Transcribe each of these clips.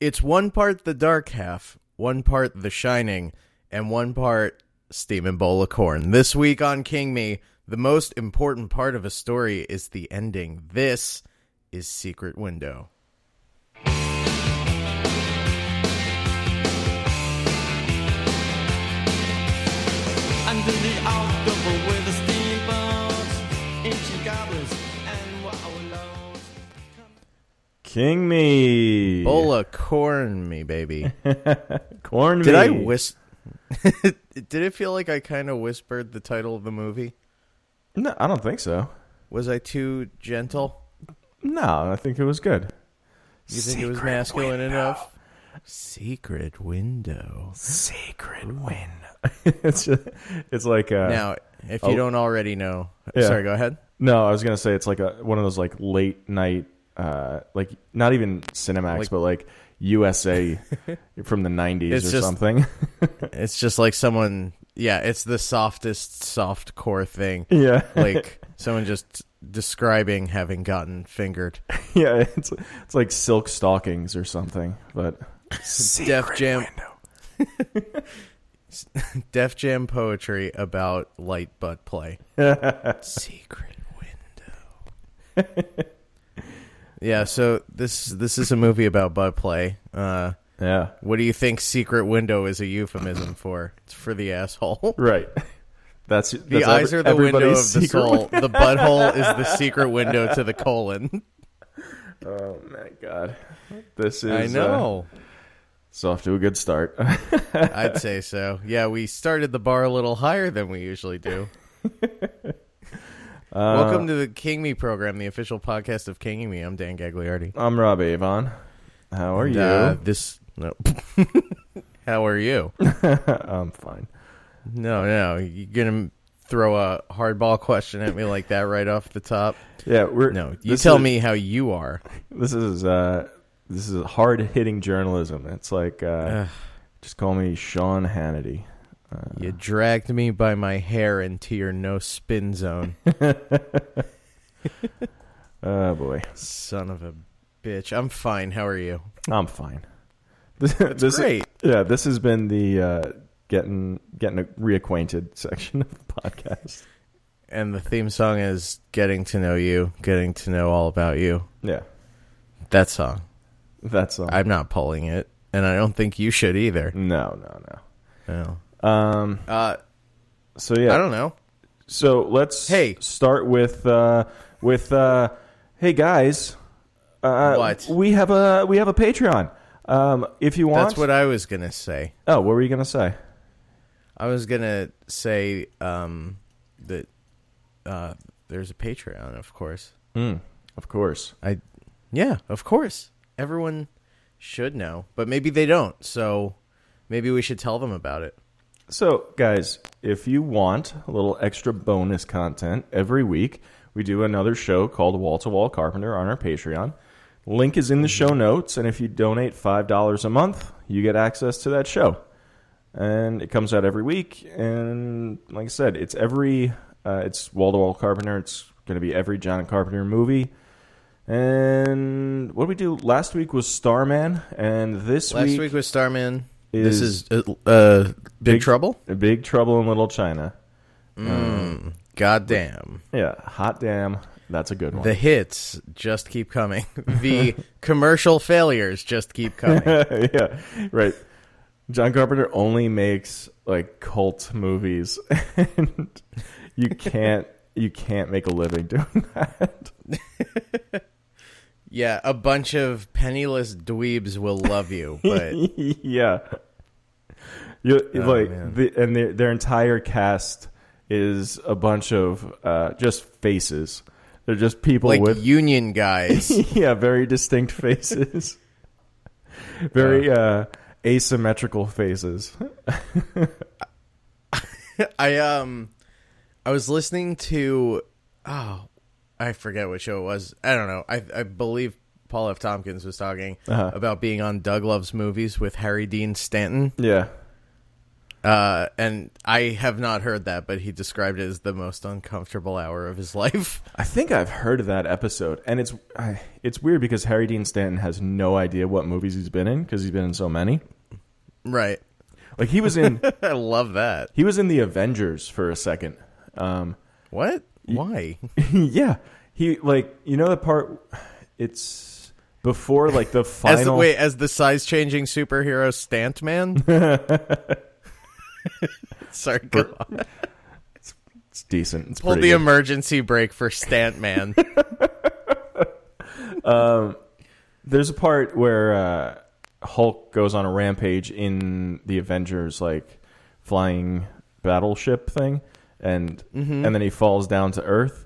It's one part the dark half, one part the shining, and one part steaming bowl of corn. This week on King Me, the most important part of a story is the ending. This is Secret Window. Under the October with the steamboats, ancient goblins, and wallows. King me. Bowl of corn, me baby. Corn Did me. I whis? Did it feel like I kind of whispered the title of the movie? No, I don't think so. Was I too gentle? No, I think it was good. You think it was masculine enough? Secret window. Sacred win. it's just, it's like uh Now, if you oh. don't already know, Yeah. sorry, go ahead. no, I was gonna say it's like a one of those like late night uh like not even Cinemax Like- but like USA from the nineties It's or just- something. It's just like someone, yeah, it's the softest soft core thing. yeah. Like someone just describing having gotten fingered. yeah, it's it's like silk stockings or something, but Def Jam. Def Jam poetry about light butt play. Secret window. yeah, so this this is a movie about butt play. Uh, yeah. what do you think secret window is a euphemism for? It's for the asshole. Right. That's The that's eyes every- are the window of everybody's the secret soul. the butthole is the secret window to the colon. Oh my god. This is uh, I know. so off to a good start. I'd say so. Yeah, we started the bar a little higher than we usually do. Uh, Welcome to the King Me program, the official podcast of King Me. I'm Dan Gagliardi. I'm Rob Avon. How are And, you? uh, this no. How are you? I'm fine. No, no. You're gonna throw a hardball question at me like that right off the top. Yeah, we're No, you this tell is- me how you are. This is uh this is hard hitting journalism. It's like uh just call me Sean Hannity. You dragged me by my hair into your no spin zone, Oh boy. son of a bitch. I'm fine. How are you? I'm fine. This, this great. yeah, this has been the uh getting getting reacquainted section of the podcast. And the theme song is Getting to Know You, Getting to Know All About You. Yeah. That song. That's all. I'm not pulling it, and I don't think you should either. no, no, no. No. Um. Uh, So yeah. I don't know. so let's Hey. start with uh with uh hey guys. Uh, What? we have a we have a Patreon. Um, if you want. That's what I was going to say. oh, what were you gonna say? I was going to say um, that uh, there's a Patreon, of course. Of course. I, Yeah, of course. Everyone should know, but maybe they don't. So maybe we should tell them about it. So guys, if you want a little extra bonus content every week, we do another show called Wall to Wall Carpenter on our Patreon. Link is in the show notes, and if you donate five dollars a month, you get access to that show. and it comes out every week. And like I said, it's every uh, it's wall to wall Carpenter. It's going to be every John Carpenter movie. And what did we do last week was Starman, and this Last week, week was Starman. this is- is uh, uh, Big, Trouble. Big Trouble in Little China. Goddamn. Yeah, hot damn, that's a good one. The hits just keep coming. The commercial failures just keep coming. yeah, right. John Carpenter only makes like cult movies, and you can't you can't make a living doing that. yeah, a bunch of penniless dweebs will love you, but yeah. You, Oh, like man. the, and their their entire cast is a bunch of uh, just faces. They're just people like with union guys. yeah, very distinct faces. very uh, asymmetrical faces. I um I was listening to oh, I forget what show it was. I don't know. I I believe Paul F. Tompkins was Uh-huh. talking about being on Doug Love's movies with Harry Dean Stanton. Yeah. Uh, and I have not heard that, but he described it as the most uncomfortable hour of his life. I think I've heard of that episode, and it's I, it's weird because Harry Dean Stanton has no idea what movies he's been in because he's been in so many. right. Like he was in I love that. he was in the Avengers for a second. Um, What? Why? yeah, he like you know the part. It's before like the final. As the, wait, as the size changing superhero Stantman? Sorry, go on. it's decent. It's Pull pretty the good. emergency brake for Stantman. There's a part where uh, Hulk goes on a rampage in the Avengers like flying battleship thing, and Mm-hmm. and then he falls down to Earth.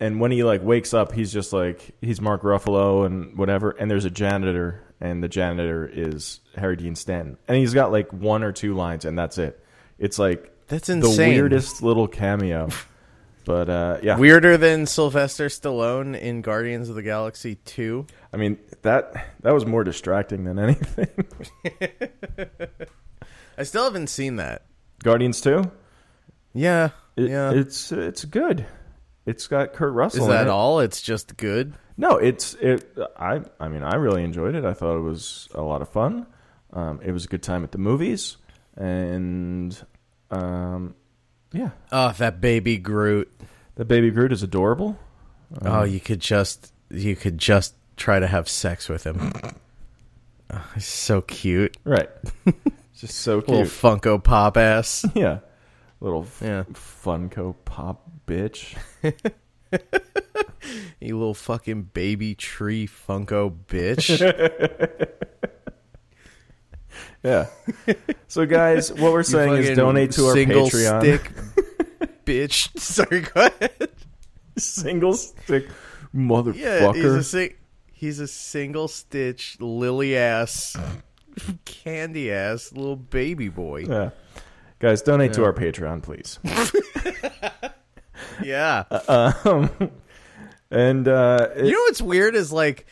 And when he like wakes up, he's just like he's Mark Ruffalo and whatever. And there's a janitor, and the janitor is Harry Dean Stanton, and he's got like one or two lines, and that's it. It's like That's the insane. weirdest little cameo. But uh, yeah, Weirder than Sylvester Stallone in Guardians of the Galaxy 2. I mean that that was more distracting than anything. I still haven't seen that. Guardians two. Yeah. It, yeah. It's it's good. It's got Kurt Russell. Is in that it. all? It's just good. No, it's it. I I mean, I really enjoyed it. I thought it was a lot of fun. Um, it was a good time at the movies, and um, yeah, Oh, that baby Groot. the baby Groot is adorable. Uh-huh. oh, you could just you could just try to have sex with him. oh, he's so cute. Right, just so cute. Little Funko Pop ass. yeah, little f- Yeah. Funko Pop bitch. You little fucking baby tree Funko bitch. Yeah. so guys, what we're saying is Fucking donate to our single Patreon. stick bitch. Sorry, go ahead. single stick, Yeah, motherfucker. he's a sing- he's a single stitch lily ass candy ass little baby boy. Yeah. Guys, donate to our Patreon, please. Yeah. Uh, And uh, it- you know what's weird is like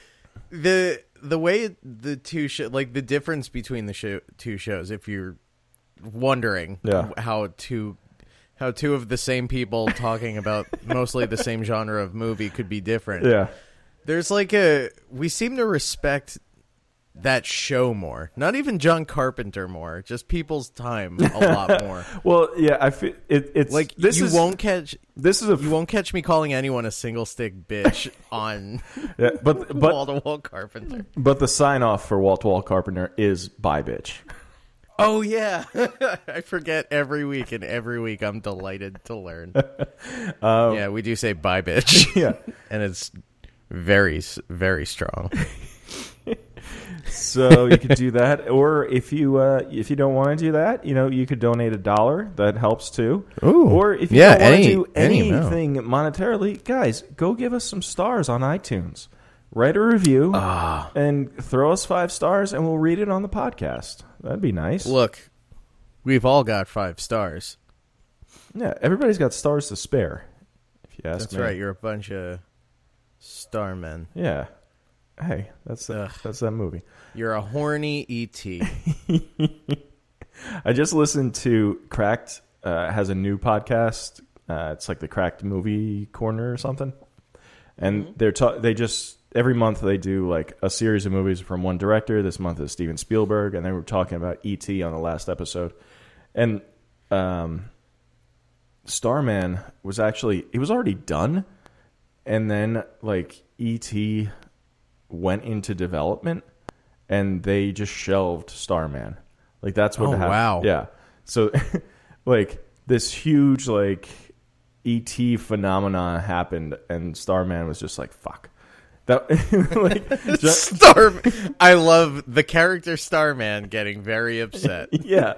the the way the two show like the difference between the show, two shows if you're wondering Yeah. how two how two of the same people talking about mostly the same genre of movie could be different. yeah, There's like a we seem to respect that show more. Not even John Carpenter more, just people's time a lot more. well, yeah, I feel it, it's Like this you is won't catch this is a you won't catch me calling anyone a single stick bitch on yeah, but wall but to wall Carpenter. but the sign off for Walt Wall Carpenter is bye bitch. Oh yeah, I forget every week, and every week I'm delighted to learn. yeah, we do say "bye, bitch," Um, Yeah, and it's very, s- very strong. so you could do that, or if you uh, if you don't want to do that, you know, you could donate a dollar. That helps too. Ooh. or if you Yeah, don't want any- to do any amount. anything monetarily, guys, go give us some stars on iTunes. Write a review Ah. Ah. and throw us five stars, and we'll read it on the podcast. That'd be nice. Look, we've all got five stars. Yeah, everybody's got stars to spare. If you ask That's me, right. You're a bunch of star men. Yeah. Hey, that's that, Ugh. that's that movie. You're a horny E ET. I just listened to Cracked uh, has a new podcast. Uh, it's like the Cracked Movie Corner or something, and Mm-hmm. they're ta- they just every month they do like a series of movies from one director. This month is Steven Spielberg, and they were talking about ET on the last episode, and um, Starman was actually it was already done, and then like ET went into development and they just shelved Starman. Like that's what Oh, happened. wow. Yeah. So like this huge like ET phenomena happened and Starman was just like fuck. That like just, star. I love the character Starman getting very upset. yeah.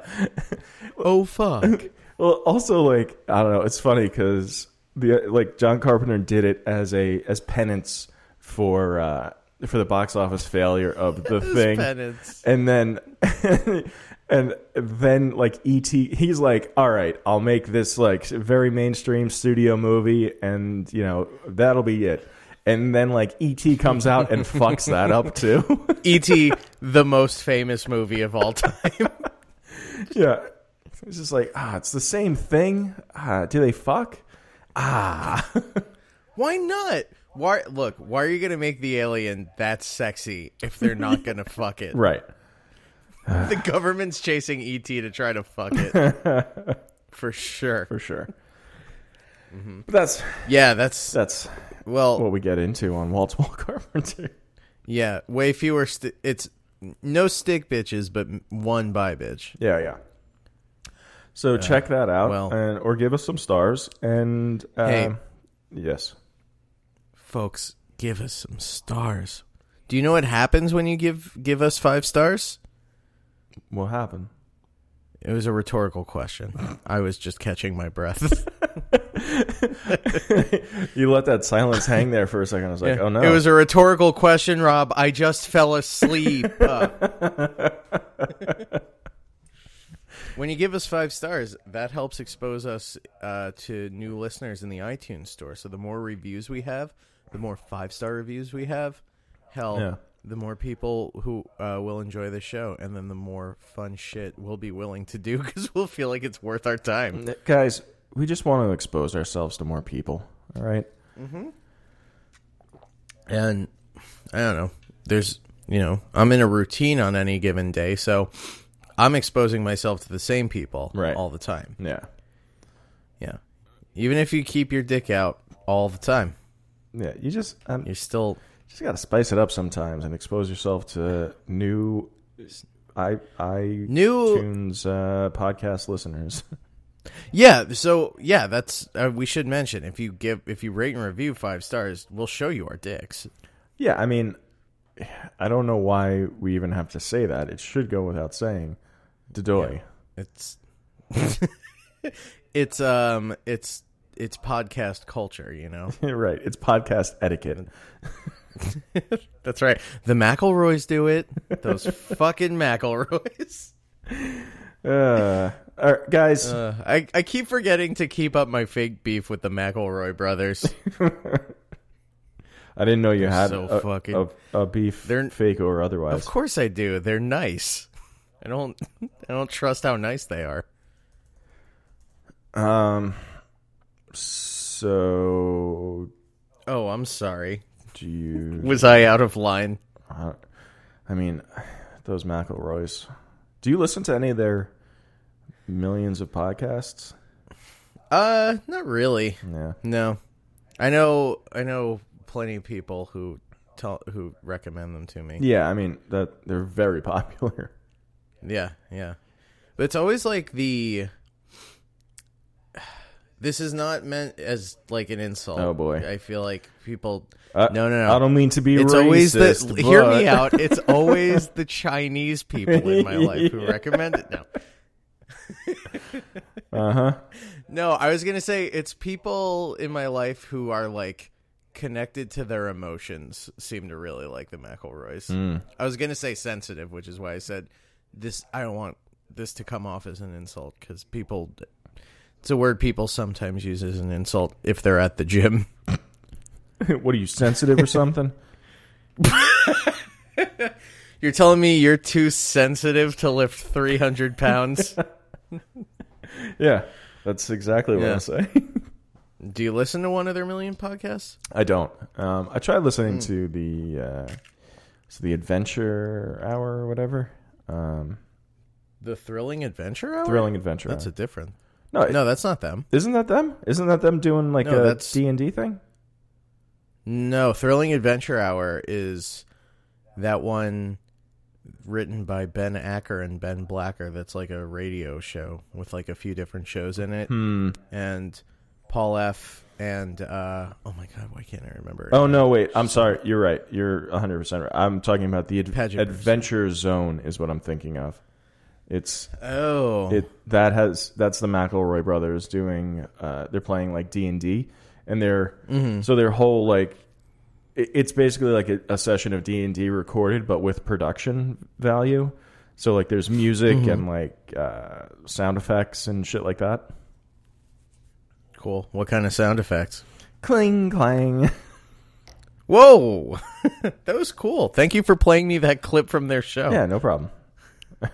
oh fuck. Well, also like I don't know, it's funny because the like John Carpenter did it as a as penance for uh for the box office failure of the thing, penance. and then and then like ET, he's like, all right, I'll make this like very mainstream studio movie, and you know that'll be it. And then like ET comes out and fucks that up too. E ET, the most famous movie of all time. yeah. It's just like, ah, it's the same thing. Ah, do they fuck? Ah. Why not? Why look? Why are you gonna make the alien that sexy if they're not gonna fuck it? right. The government's chasing ET to try to fuck it for sure. For sure. But that's Yeah, that's that's what well, we get into on wall to wall carpenter. yeah, way fewer. St- it's no stick bitches, but one by bitch. Yeah, yeah. So check that out, Uh, well. and or give us some stars. And um, Hey. yes, folks give us some stars do you know what happens when you give give us five stars what happened? it was a rhetorical question i was just catching my breath You let that silence hang there for a second. I was like, oh no, it was a rhetorical question rob i just fell asleep Uh. when you give us five stars that helps expose us uh, to new listeners in the itunes store so the more reviews we have the more five star reviews we have hell Yeah. the more people who uh, will enjoy the show and then the more fun shit we'll be willing to do because we'll feel like it's worth our time guys. We just want to expose ourselves to more people. All right. and I don't know. There's, you know, I'm in a routine on any given day, so I'm exposing myself to the same people Right. all the time. Yeah. Yeah. Even if you keep your dick out all the time, Yeah. You just um, you're still just gotta spice it up sometimes and expose yourself to new i i new. tunes uh, podcast listeners Yeah. So yeah, that's uh, we should mention if you give if you rate and review five stars, we'll show you our dicks. yeah i mean i don't know why we even have to say that it should go without saying Dodoy. It's it's um it's it's podcast culture, you know. right it's podcast etiquette That's right. The McElroys do it. Those fucking McElroys. uh, all right, guys Uh, I, I keep forgetting to keep up my fake beef with the McElroy brothers. i didn't know you had so a, fucking- a, a beef They're- fake or otherwise of course I do. They're nice. I don't I don't trust how nice they are. um so Oh, I'm sorry. do you Was I out of line? I, I mean, those McElroys. Do you listen to any of their millions of podcasts? Uh, not really. Yeah. No. I know I know plenty of people who tell who recommend them to me. Yeah, I mean that they're very popular. Yeah, yeah. But it's always like the this is not meant as like an insult. Oh, boy. I feel like people Uh, no, no, no. I don't mean to be it's racist. always the but- hear me out. It's always the Chinese people in my life who recommend it. No, Uh-huh. no. I was gonna say it's people in my life who are like connected to their emotions seem to really like the McElroys. Hmm. I was gonna say sensitive, which is why I said this. I don't want this to come off as an insult because people. It's a word people sometimes use as an insult if they're at the gym. what are you sensitive or something? You're telling me you're too sensitive to lift 300 pounds? yeah. That's exactly what Yeah. I'm saying. Do you listen to one of their million podcasts? I don't. Um, I tried Hmm. listening to the uh, so the Adventure Hour or whatever. Um, The Thrilling Adventure Hour? Thrilling Adventure. That's a Hour. different. no, No, that's not them. isn't that them? Isn't that them doing like No, a that's- D and D thing? No, Thrilling Adventure Hour is that one written by Ben Acker and Ben Blacker that's like a radio show with like a few different shows in it. Hmm. And Paul F. and uh, oh my god, why can't I remember? Oh no, wait. I'm sorry. You're right. You're 100 percent right. I'm talking about the ad- Pageant Pursuit. Adventure Zone is what I'm thinking of. It's Oh. it that has that's the McElroy brothers doing. Uh, they're playing like D and D, and they're Mm-hmm. so their whole like it- it's basically like a, a session of D and D recorded, but with production value. So like there's music Mm-hmm. and like uh, sound effects and shit like that. cool. What kind of sound effects? Cling clang. Whoa. that was cool. Thank you for playing me that clip from their show. Yeah, no problem.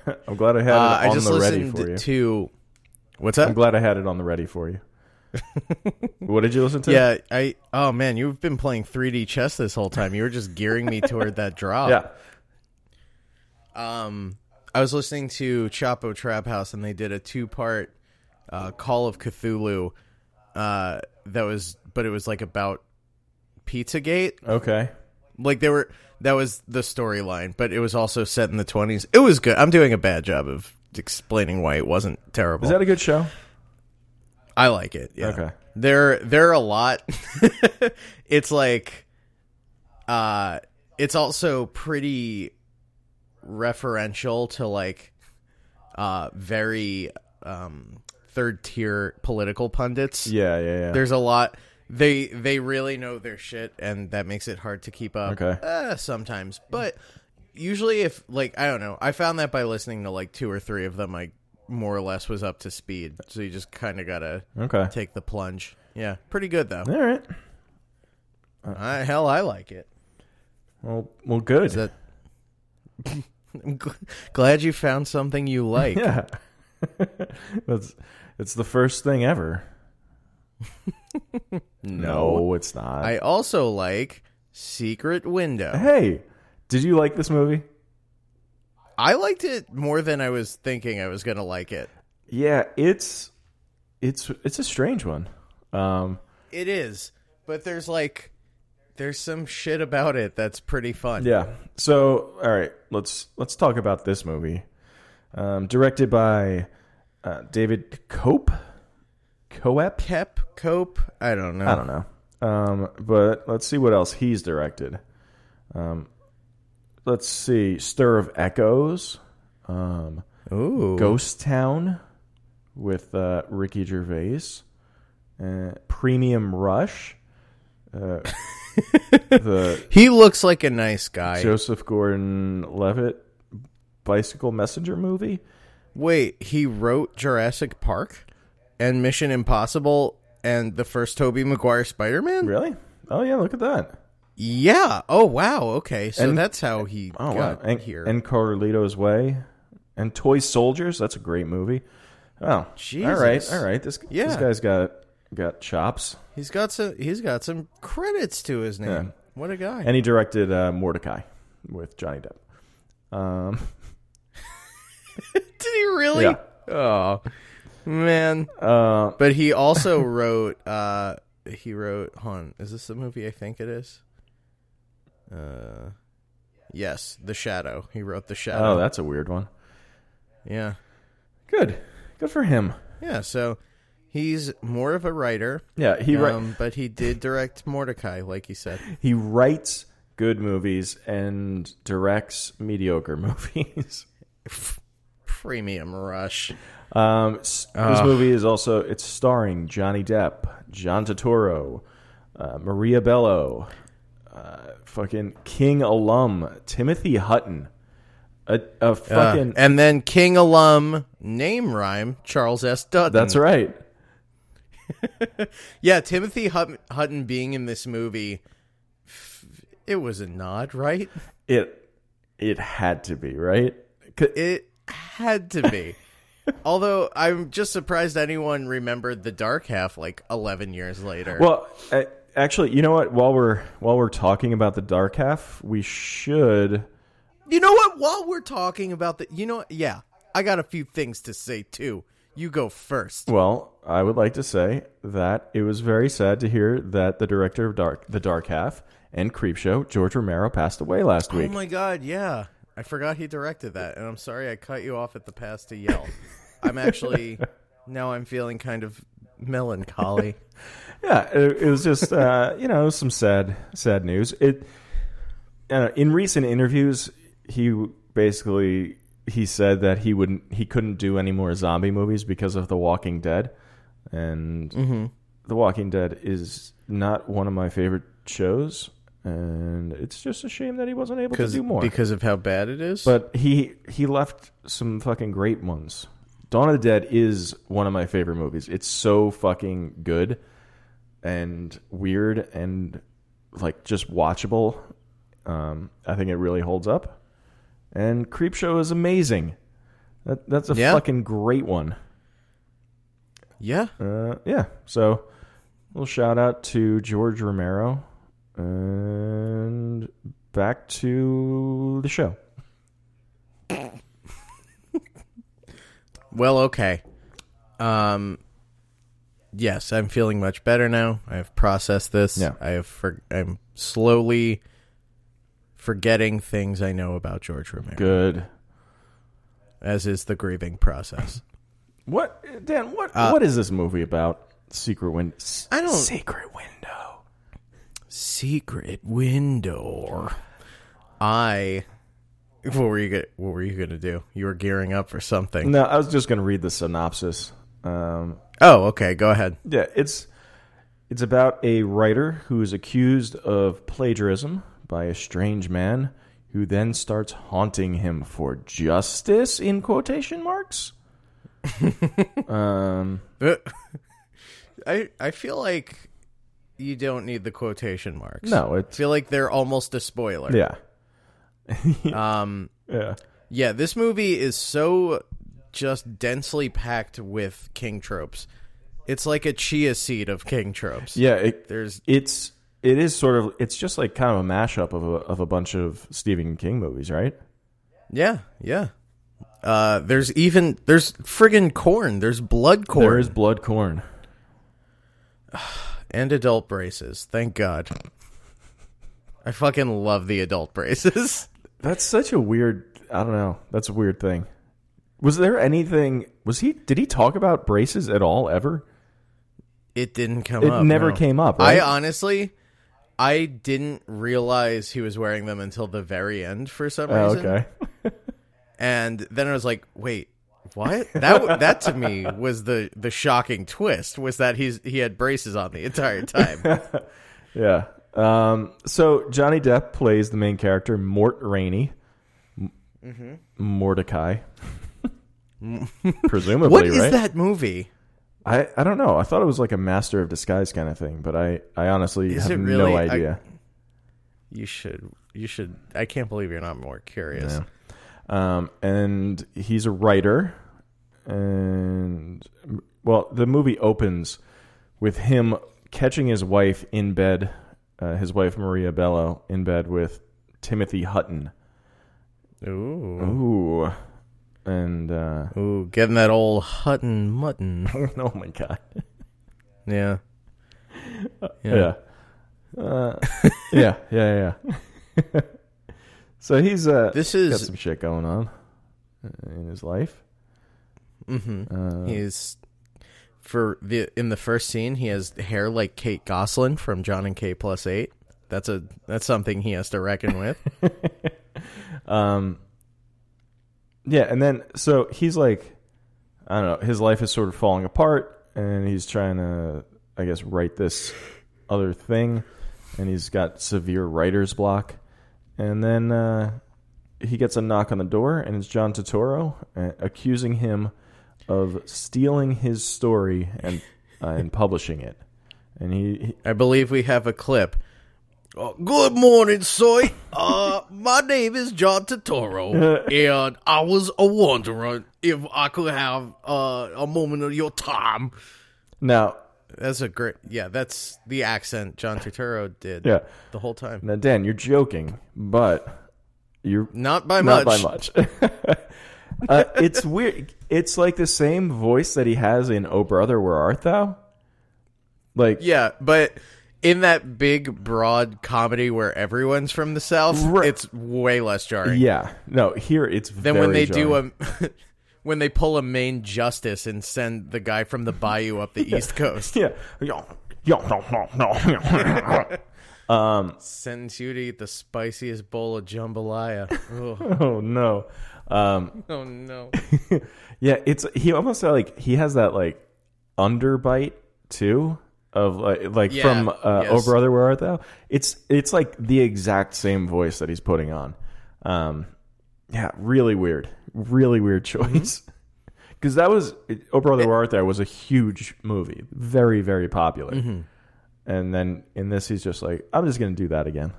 I'm glad I had Uh, it on I just the ready listened for you. to What's up? I'm glad I had it on the ready for you. what did you listen to? Yeah, I. Oh man, you've been playing 3D chess this whole time. You were just gearing me toward that drop. Yeah. Um, I was listening to Chapo Trap House, and they did a two-part uh, Call of Cthulhu. Uh, that was, but it was like about Pizzagate. Okay. Like they were. That was the storyline, but it was also set in the 20s. It was good. I'm doing a bad job of explaining why it wasn't terrible. Is that a good show? I like it. Yeah. Okay. There there are a lot. it's like uh it's also pretty referential to like uh very um third tier political pundits. Yeah, yeah, yeah. There's a lot they they really know their shit and that makes it hard to keep up Okay. uh, sometimes. But usually if like I don't know, I found that by listening to like two or three of them I more or less was up to speed. So you just kind of got to okay. take the plunge. Yeah, pretty good though. All right. I, hell, I like it. Well, well, good. Is that? I'm gl- glad you found something you like. yeah. That's it's the first thing ever. no, it's not. I also like Secret Window. hey, did you like this movie? I liked it more than I was thinking I was going to like it. Yeah, it's it's it's a strange one. Um, It is, but there's like there's some shit about it that's pretty fun. yeah. So, all right, let's let's talk about this movie. Um, directed by uh, David Cope. Coep. Kep, cope, I don't know. I don't know. Um, but let's see what else he's directed. Um, let's see. Stir of Echoes. Um, Ooh. Ghost Town with uh, Ricky Gervais. Uh, Premium Rush. Uh, the He looks like a nice guy. Joseph Gordon Levitt Bicycle Messenger movie. Wait, he wrote Jurassic Park and Mission Impossible and the first Toby Maguire Spider-Man? Really? Oh, yeah, look at that. Yeah. Oh wow. Okay. So And- that's how he Oh, wow. got And, here. and Carlito's Way. And Toy Soldiers. That's a great movie. Oh, all right, Jesus. all right. This, this Yeah. guy's got got chops. he's got some. He's got some credits to his name. Yeah. What a guy. And he directed uh, Mordecai with Johnny Depp. Um, Did he really? Yeah. Oh man. uh, But he also wrote. uh He wrote. hold On is this the movie? I think it is. Uh, yes, The Shadow. He wrote The oh, Shadow. that's a weird one. yeah. Good, good for him. Yeah. So he's more of a writer. Yeah, he wri- um, but he did direct Mordecai, like you said. he writes good movies and directs mediocre movies. Premium Rush. Um, s- this movie is also it's starring Johnny Depp, John Turturro, uh, Maria Bello, uh, fucking King alum Timothy Hutton, a, a Uh, fucking and then King alum name rhyme Charles S. Dutton. that's right. Yeah, Timothy Hut- Hutton being in this movie, f- it was a nod, right? It it had to be right. C- It had to be. Although I'm just surprised anyone remembered the Dark Half like 11 years later. Well, a- actually, you know what? While we're while we're talking about the dark half, we should. you know what? While we're talking about the, you know, what? yeah, I got a few things to say too. You go first. Well, I would like to say that it was very sad to hear that the director of Dark, the Dark Half, and Creepshow, George Romero, passed away last Oh week. my god, yeah. I forgot he directed that, and I'm sorry I cut you off at the pass to yell. I'm actually now I'm feeling kind of melancholy. yeah, it, it was just uh, you know some sad, sad news. It uh, in recent interviews, he w- basically he said that he wouldn't, he couldn't do any more zombie movies because of The Walking Dead, and The Walking Dead is not one of my favorite shows. And it's just a shame that he wasn't able to do more. because of how bad it is. But he he left some fucking great ones. Dawn of the Dead is one of my favorite movies. It's so fucking good and weird and like just watchable. Um, I think it really holds up. And Creepshow is amazing. That, that's a Yeah. fucking great one. Yeah. Uh, yeah. So, a little shout out to George Romero, and back to the show. Well, okay. Um, yes, I'm feeling much better now. I've processed this. Yeah. I have. For- I'm slowly forgetting things I know about George Romero, Good. as is the grieving process. What Dan? What what is this movie about? Secret window. I don't- Secret window. Secret window. I. What were you? Gonna, what were you gonna do? You were gearing up for something. No, I was just going to read the synopsis. Um, Oh, okay. Go ahead. yeah, it's it's about a writer who is accused of plagiarism by a strange man, who then starts haunting him for justice in quotation marks. um, I I feel like you don't need the quotation marks. no, I it's feel like they're almost a spoiler. yeah, Um. yeah, Yeah, this movie is so just densely packed with king tropes. It's like a chia seed of king tropes. yeah. It, There's it's it is sort of it's just like kind of a mashup of a, of a bunch of Stephen King movies, right? yeah, yeah. Uh there's even there's friggin' corn, there's blood corn There is blood corn. and adult braces. Thank God. I fucking love the adult braces. That's such a weird. I don't know. That's a weird thing. Was there anything? Was he? Did he talk about braces at all? Ever? It didn't come It up. never no. came up. I Right? honestly I didn't realize he was wearing them until the very end for some Oh, reason. okay. and then I was like, wait, what? That that to me was the the shocking twist was that he's he had braces on the entire time. Yeah. Um, so Johnny Depp plays the main character Mort Rainey. Mm-hmm. Mordecai. Presumably, what is right? that movie? I, I don't know. I thought it was like a master of disguise kind of thing, but I, I honestly Is have it no really? I- idea. You should you should. I can't believe you're not more curious. Yeah. Um, and he's a writer. And well, the movie opens with him catching his wife in bed, uh, his wife Maria Bello in bed with Timothy Hutton. Ooh. Oh. Ooh, and uh, Ooh, getting that old Hutton mutton. oh my god, Yeah. yeah, Uh, yeah, yeah, yeah. so he's uh, This got is some shit going on in his life. mhm. Uh, he's for the in the first scene he has hair like Kate Gosselin from John and K plus 8. That's a that's something he has to reckon with. Um, yeah, and then so he's like, I don't know, his life is sort of falling apart, and he's trying to, I guess, write this other thing, and he's got severe writer's block, and then uh, he gets a knock on the door, and it's John Totoro uh, accusing him of stealing his story and uh, and publishing it, and he, he I believe we have a clip. Oh, good morning, soy. Uh, my name is John Totoro, and I was a wondering if I could have uh, a moment of your time. now That's a great. Yeah, that's the accent John Totoro did yeah the whole time. now Dan, you're joking, but you're Not by not much. by much. uh, it's weird. It's like the same voice that he has in "Oh Brother, Where Art Thou." Like, Yeah, but in that big, broad comedy where everyone's from the South, Right. it's way less jarring. yeah. no. Here, it's Then when they do a. When they pull a Maine justice and send the guy from the bayou up the East Coast, do a yeah, no, no, no. um, sends you to eat the spiciest bowl of jambalaya. Ugh. oh no, um, oh no! yeah. It's he almost uh, like he has that like underbite too of like, like Yeah, from uh, "Oh yes. Brother, Where Art Thou." It's it's like the exact same voice that he's putting on. Um, Yeah, really weird, really weird Mm-hmm. choice. Because that was Oh Brother Where Art Thou was a huge movie, very very popular. Mm-hmm. And then in this, he's just like, I'm just gonna do that again.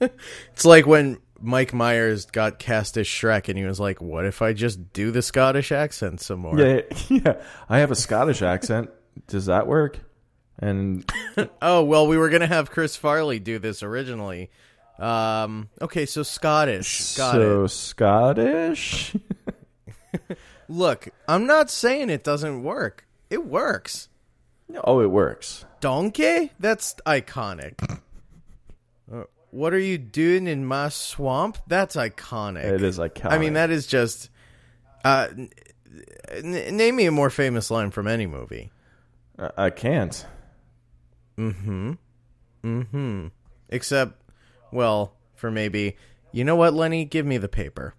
It's like when Mike Myers got cast as Shrek, and he was like, "What if I just do the Scottish accent some more?" Yeah, yeah. I have a Scottish accent. Does that work? And Oh well, we were gonna have Chris Farley do this originally. Um, okay, so Scottish. Got so it. Scottish. Look, I'm not saying it doesn't work. It works. oh, it works. Donkey? That's iconic. Uh, what are you doing in my swamp? That's iconic. It is iconic. I mean, that is just. Uh, n- n- name me a more famous line from any movie. I- I can't. Except, well, for maybe. You know what, Lenny? Give me the paper.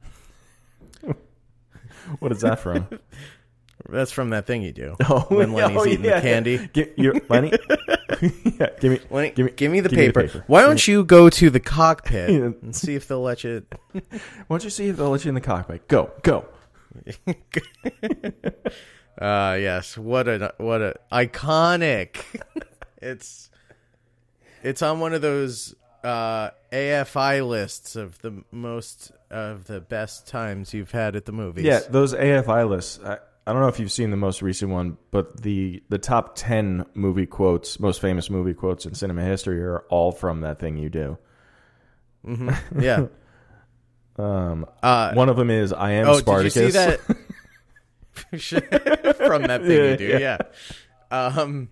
What is that from? That's from that thing you do. Oh, when yeah, Lenny's oh, eating yeah, the yeah. candy. Give, you, Lenny. yeah, give me, Lenny, give me, the, paper. Why don't you go to the cockpit Yeah. and see if they'll let you? Why don't you see if they'll let you in the cockpit? Go, go. Uh yes, what a what a iconic. it's it's on one of those uh AFI lists of the most of the best times you've had at the movies. Yeah, those AFI lists. I, I don't know if you've seen the most recent one, but the the top ten movie quotes, most famous movie quotes in cinema history, are all from that thing you do. Yeah. Um, Uh one of them is "I am oh, Spartacus." did you see that from that thing you do? Yeah, Yeah. Um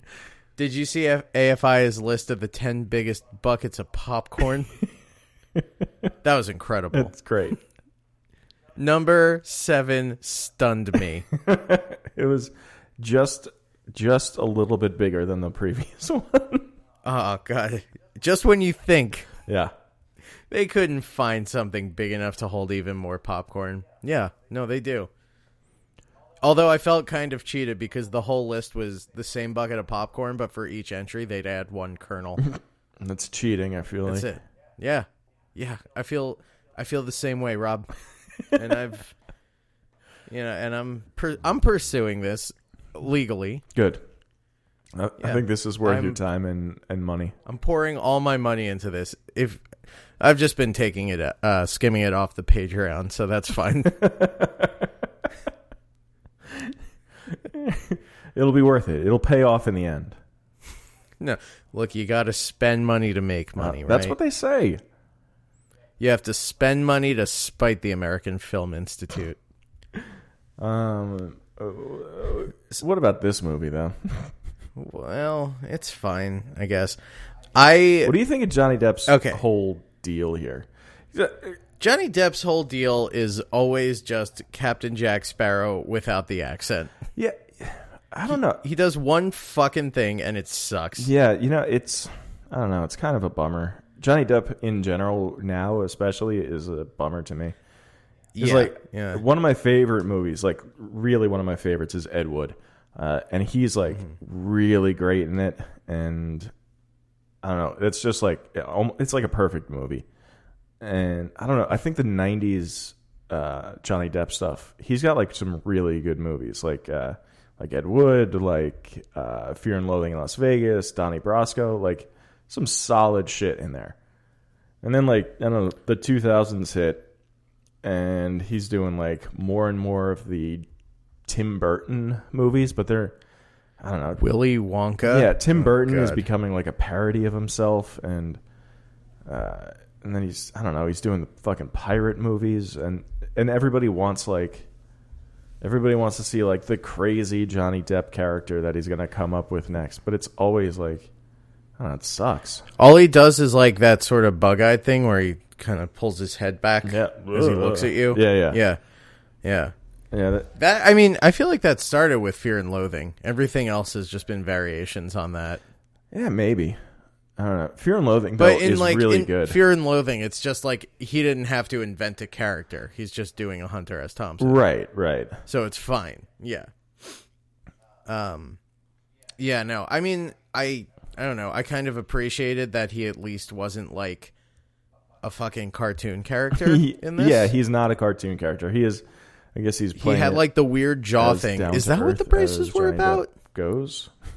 did you see F- AFI's list of the 10 biggest buckets of popcorn? that was incredible. It's great. Number 7 stunned me. It was just just a little bit bigger than the previous one. Oh god. Just when you think yeah, they couldn't find something big enough to hold even more popcorn. Yeah, no, they do. Although I felt kind of cheated because the whole list was the same bucket of popcorn, but for each entry they'd add one kernel. that's cheating. I feel That's like it. Yeah. Yeah. I feel I feel the same way, Rob. and I've you know, and I'm per- I'm pursuing this legally. good. I, I think this is worth your I'm- time and and money. I'm pouring all my money into this. If I've just been taking it, uh, skimming it off the Patreon, so that's fine. It'll be worth it. It'll pay off in the end. no, look, you got to spend money to make money, Uh, That's right? what they say. you have to spend money to spite the American Film Institute. Um, uh, what about this movie though? Well, it's fine, I guess. I What do you think of Johnny Depp's Okay. whole deal here? Johnny Depp's whole deal is always just Captain Jack Sparrow without the accent. Yeah, I don't know. He does one fucking thing and it sucks. Yeah, you know, it's I don't know. It's kind of a bummer. Johnny Depp in general now, especially, is a bummer to me. He's Yeah, like yeah. one of my favorite movies, like really one of my favorites is Ed Wood, uh, and he's like Mm-hmm. really great in it. And I don't know, it's just like almo- it's like a perfect movie. And I don't know, I think the '90s uh, Johnny Depp stuff, he's got like some really good movies, like uh, like Ed Wood, like uh, Fear and Loathing in Las Vegas, Donnie Brasco, like some solid shit in there. And then like I don't know, the 2000s hit and he's doing like more and more of the Tim Burton movies, but they're I don't know. Willy Wonka. yeah, Tim Burton is God. becoming like a parody of himself, and uh, and then he's I don't know. He's doing the fucking pirate movies, and and everybody wants like everybody wants to see like the crazy Johnny Depp character that he's gonna come up with next, but it's always like I don't know. It sucks. All he does is like that sort of bug eyed thing where he kind of pulls his head back Yeah. as he looks at you. Yeah, yeah. Yeah. Yeah. Yeah, that, That I mean, I feel like that started with Fear and Loathing. Everything else has just been variations on that. yeah, maybe. I don't know. Fear and Loathing, But though, in is like really in good. Fear and Loathing, it's just like he didn't have to invent a character. He's just doing a Hunter S. Thompson. right, right. so it's fine. Yeah. Um, yeah. No, I mean, I I don't know. I kind of appreciated that he at least wasn't like a fucking cartoon character He- in this. Yeah, he's not a cartoon character. He is. I guess he's he playing. had it like the weird jaw as thing. down Is to that what earth the as braces were Johnny Depp about? Goes.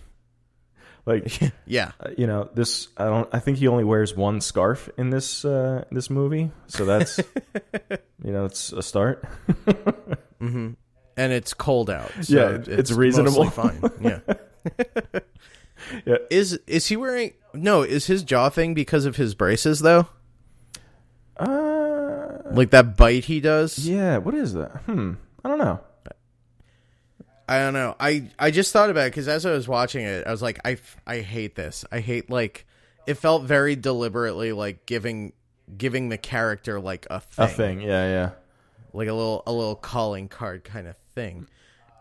Like, Yeah. uh, you know, this I don't. I think he only wears one scarf in this uh, this movie, so that's you know, it's a start. And it's cold out. so Yeah, it's reasonable. mostly Fine. Yeah. Yeah. Is is he wearing? No, is his jaw thing because of his braces though? Uh, Like that bite he does. yeah. What is that? Hmm. I don't know. I don't know. I I just thought about it because as I was watching it, I was like, I f- I hate this. I hate like it felt very deliberately like giving giving the character like a thing, A thing. Yeah. Yeah. like a little a little calling card kind of thing.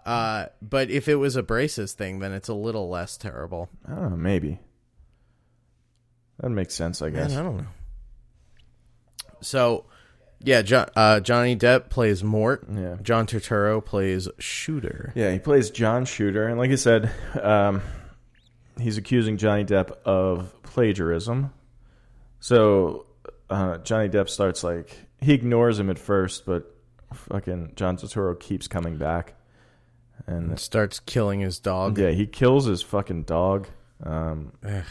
Uh, but if it was a braces thing, then it's a little less terrible. I don't know. Maybe. That makes sense, I guess. And I don't know. So, yeah, jo- uh, Johnny Depp plays Mort. Yeah. John Turturro plays Shooter. Yeah, he plays John Shooter, and like I said, um, he's accusing Johnny Depp of plagiarism. So uh, Johnny Depp starts like he ignores him at first, but fucking John Turturro keeps coming back, and Starts killing his dog. yeah, he kills his fucking dog. Um, Ugh.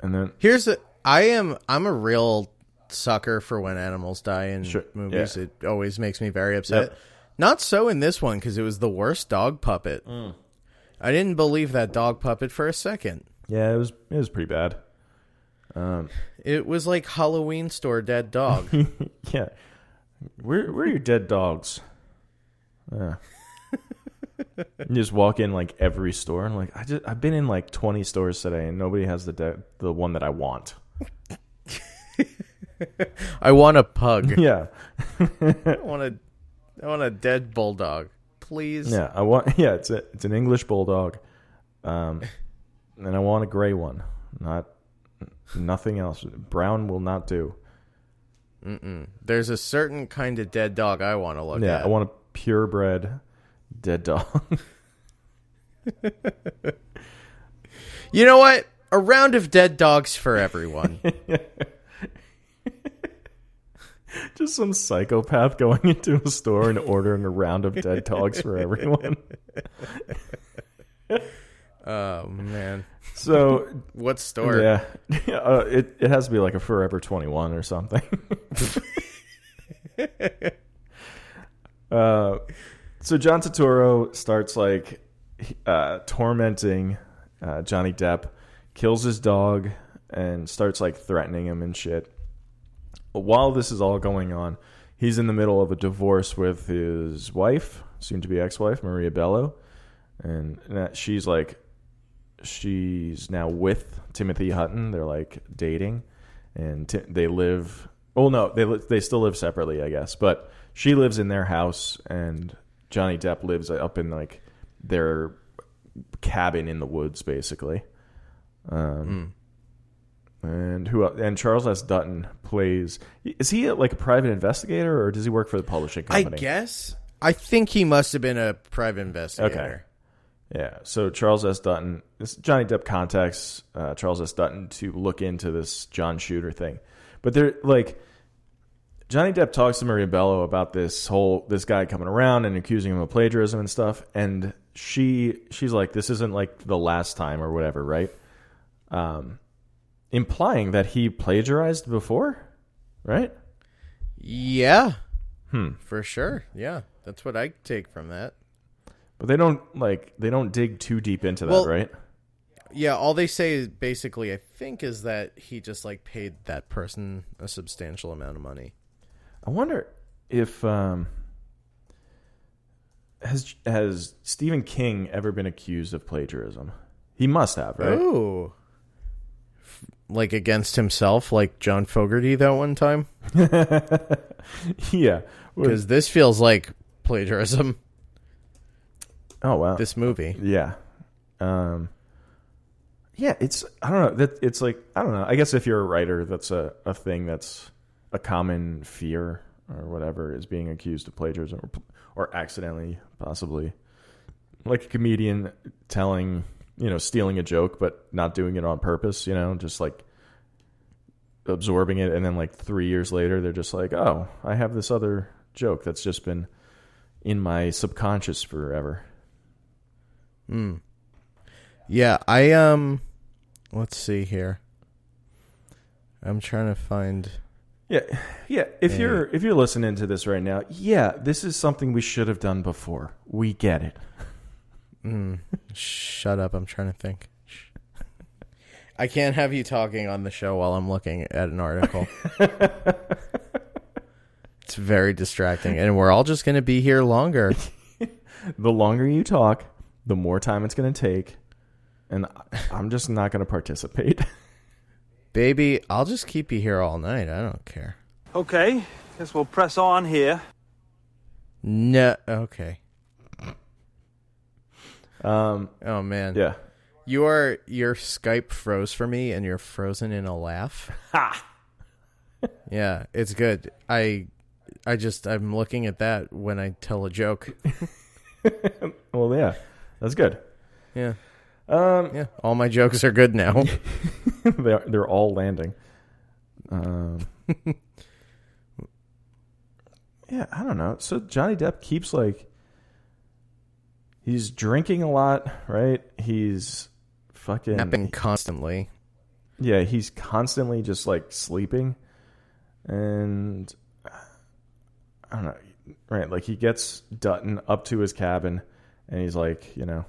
and then Here's the I am I'm a real sucker for when animals die in Sure, movies. yeah. It always makes me very upset. Yep. Not so in this one because it was the worst dog puppet. Mm. I didn't believe that dog puppet for a second. yeah, it was it was pretty bad. Um, It was like Halloween store dead dog. yeah, where where are your dead dogs? Yeah. you just walk in like every store and like I just I've been in like twenty stores today and nobody has the de- the one that I want. I want a pug. Yeah, I want a I want a dead bulldog. Please. yeah, I want yeah it's a, it's an English bulldog, um, and I want a gray one, not nothing else. Brown will not do. There's a certain kind of dead dog I want to look Yeah, at. I want a purebred dead dog. you know what? A round of dead dogs for everyone. Just some psychopath going into a store and ordering a round of dead dogs for everyone. oh man. So What store? yeah, uh, it it has to be like a Forever Twenty One or something. uh, so John Turturro starts like uh, tormenting uh, Johnny Depp, kills his dog, and starts like threatening him and shit. While this is all going on, he's in the middle of a divorce with his wife, soon to be ex-wife Maria Bello, and that- she's like she's now with Timothy Hutton. They're like dating, and ti- they live. Oh no, they li- they still live separately, I guess. But she lives in their house, and Johnny Depp lives up in like their cabin in the woods, basically. Um, and who el- and Charles S. Dutton plays. Is he like a private investigator, or does he work for the publishing I company? guess. I think he must have been a private investigator. Yeah. So Charles S. Dutton, this Johnny Depp contacts uh, Charles S. Dutton to look into this John Shooter thing, but they're like, Johnny Depp talks to Maria Bello about this whole this guy coming around and accusing him of plagiarism and stuff, and she she's like, this isn't like the last time or whatever, right? Um, implying that he plagiarized before, right? Yeah. Hmm. For sure. Yeah. That's what I take from that. But they don't like they don't dig too deep into that, Well, right? Yeah, all they say basically I think is that he just like paid that person a substantial amount of money. I wonder if um, has has Stephen King ever been accused of plagiarism? He must have, right? Ooh. Like against himself like John Fogerty that one time yeah. cuz this feels like plagiarism Oh wow. this movie. yeah. Um, yeah, it's I don't know that it's like I don't know. I guess if you're a writer, that's a, a thing that's a common fear or whatever is being accused of plagiarism or, or accidentally possibly like a comedian telling you know stealing a joke but not doing it on purpose you know just like absorbing it and then like three years later they're just like oh i have this other joke that's just been in my subconscious forever Yeah, I um Let's see here. I'm trying to find. Yeah, yeah. If Yeah. you're if you're listening to this right now, yeah, this is something we should have done before. We get it. Mm, shut up. I'm trying to think. I can't have you talking on the show while I'm looking at an article. it's very distracting, and we're all just going to be here longer. The longer you talk, the more time it's going to take, and I- I'm just not going to participate. Baby, I'll just keep you here all night. I don't care. Okay, guess we'll press on here. No. Okay. Um, Oh man. yeah, You are your Skype froze for me, and you're frozen in a laugh. Ha. yeah, it's good. I, I just I'm looking at that when I tell a joke. well, yeah, that's good. Yeah. Um, Yeah. All my jokes are good now. they're they're all landing. Um, yeah, I don't know. So Johnny Depp keeps like he's drinking a lot, right? He's fucking Napping constantly. yeah, he's constantly just like sleeping, and I don't know, right? Like he gets Dutton up to his cabin, and he's like, you know,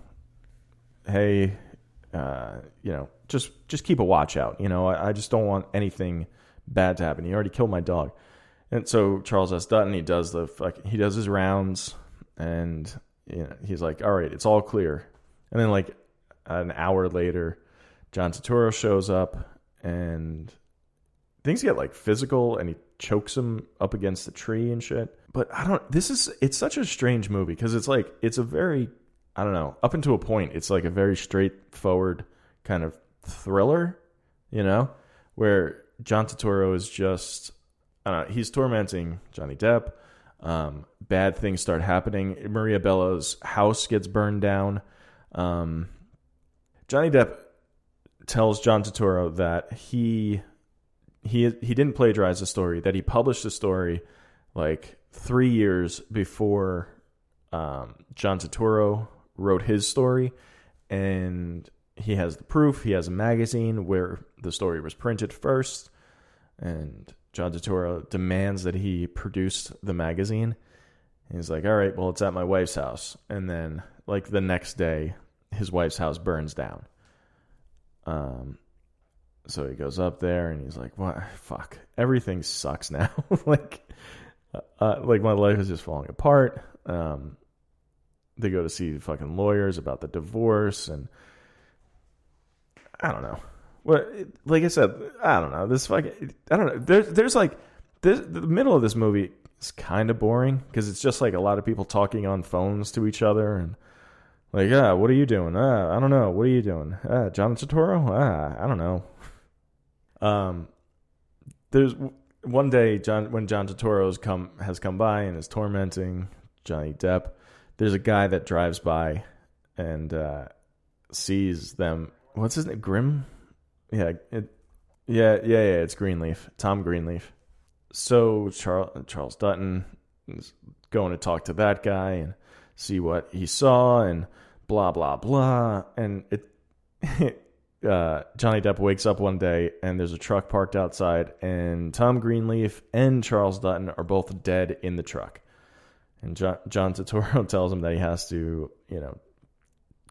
hey, uh, you know, just just keep a watch out. You know, I, I just don't want anything bad to happen. He already killed my dog, and so Charles S. Dutton he does the fuck, he does his rounds, and you know, he's like, all right, it's all clear, and then like an hour later. John Turturro shows up and things get like physical and he chokes him up against the tree and shit. But I don't this is it's such a strange movie because it's like it's a very I don't know, up until a point it's like a very straightforward kind of thriller, you know, where John Turturro is just I don't know, he's tormenting Johnny Depp. Um, bad things start happening. Maria Bella's house gets burned down. Um, Johnny Depp tells John Turturro that he he he didn't plagiarize the story that he published the story like three years before um, John Turturro wrote his story, and he has the proof. He has a magazine where the story was printed first, and John Turturro demands that he produce the magazine. He's like, "All right, well, it's at my wife's house," and then like the next day, his wife's house burns down. Um, so he goes up there and he's like, "What? Fuck! Everything sucks now. like, uh, like my life is just falling apart." Um, they go to see fucking lawyers about the divorce, and I don't know. What? it- Like I said, I don't know. This fucking, I don't know. There's, there's like, this, the middle of this movie is kind of boring because it's just like a lot of people talking on phones to each other and like, ah, what are you doing? Ah, I don't know. What are you doing? Ah, John Turturro? Ah, I don't know. Um, there's w- one day John when John Turturro's come has come by and is tormenting Johnny Depp. There's a guy that drives by and uh, sees them. What's his name? Grim? Yeah, it, yeah, yeah, yeah. It's Greenleaf. Tom Greenleaf. So Charles Charles Dutton is going to talk to that guy and see what he saw and blah blah blah and it uh, Johnny Depp wakes up one day and there's a truck parked outside and Tom Greenleaf and Charles Dutton are both dead in the truck and John, John Turturro tells him that he has to you know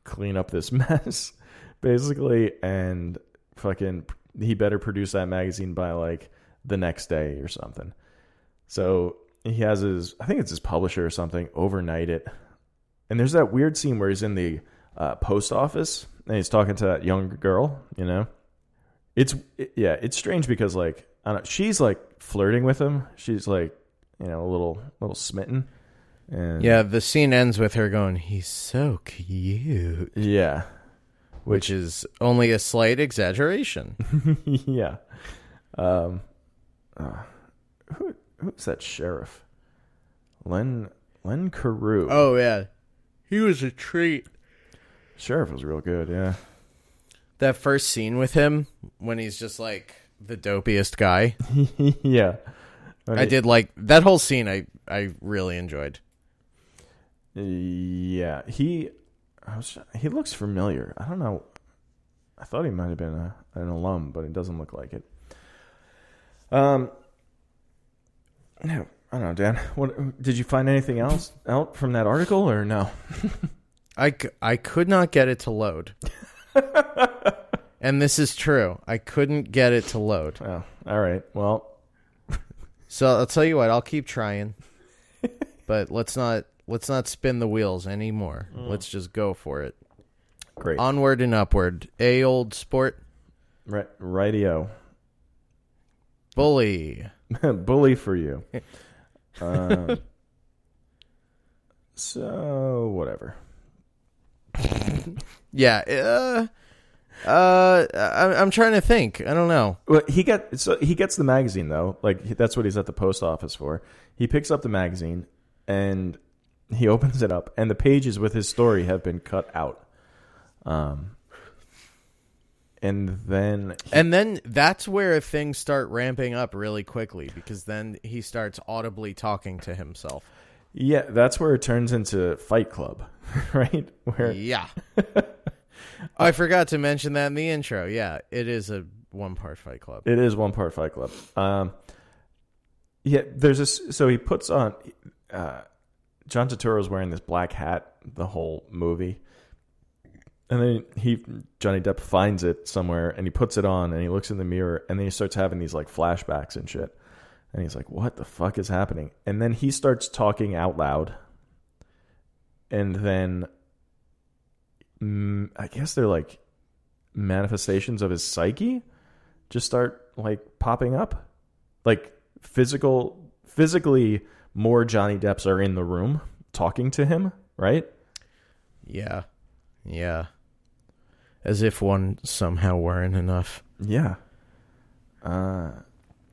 clean up this mess basically and fucking he better produce that magazine by like the next day or something so he has his, I think it's his publisher or something, overnight it. And there's that weird scene where he's in the uh, post office and he's talking to that young girl, you know? It's, it- yeah, it's strange because, like, I don't, she's like flirting with him. She's like, you know, a little, little smitten. And Yeah, the scene ends with her going, "He's so cute," Yeah. which is only a slight exaggeration. yeah. Um, uh, who, who's that sheriff? Len, Len Carew. oh yeah, he was a treat. Sheriff was real good, yeah. That first scene with him when he's just like the dopiest guy. yeah. I did like that whole scene. I I really enjoyed. Yeah, he I was, he looks familiar. I don't know. I thought he might have been a, an alum, but it doesn't look like it. Um, no, I don't know, Dan. What did you find anything else out from that article, or no? I, c- I could not get it to load. and this is true. I couldn't get it to load. Oh, all right. Well, So I'll tell you what, I'll keep trying. but let's not let's not spin the wheels anymore. Let's just go for it. great. Onward and upward. A old sport right, rightio. bully. Bully for you. Um, so whatever. Yeah. Uh, uh, I, I'm trying to think. I don't know. Well, he got so he gets the magazine though. Like he- that's what he's at the post office for. He picks up the magazine and he opens it up, and the pages with his story have been cut out. Um, and then And then that's where things start ramping up really quickly because then he starts audibly talking to himself. yeah, that's where it turns into Fight Club, right? Where Yeah. I forgot to mention that in the intro. Yeah, it is a one part fight club. It is one part Fight Club. Um, yeah, there's this. So he puts on. Uh, John Turturro's wearing this black hat the whole movie, and then he Johnny Depp finds it somewhere, and he puts it on, and he looks in the mirror, and then he starts having these like flashbacks and shit, and he's like, "What the fuck is happening?" And then he starts talking out loud, and then. mm, I guess they're like manifestations of his psyche just start like popping up like physical physically more johnny depps are in the room talking to him right Yeah. Yeah. As if one somehow weren't enough. yeah uh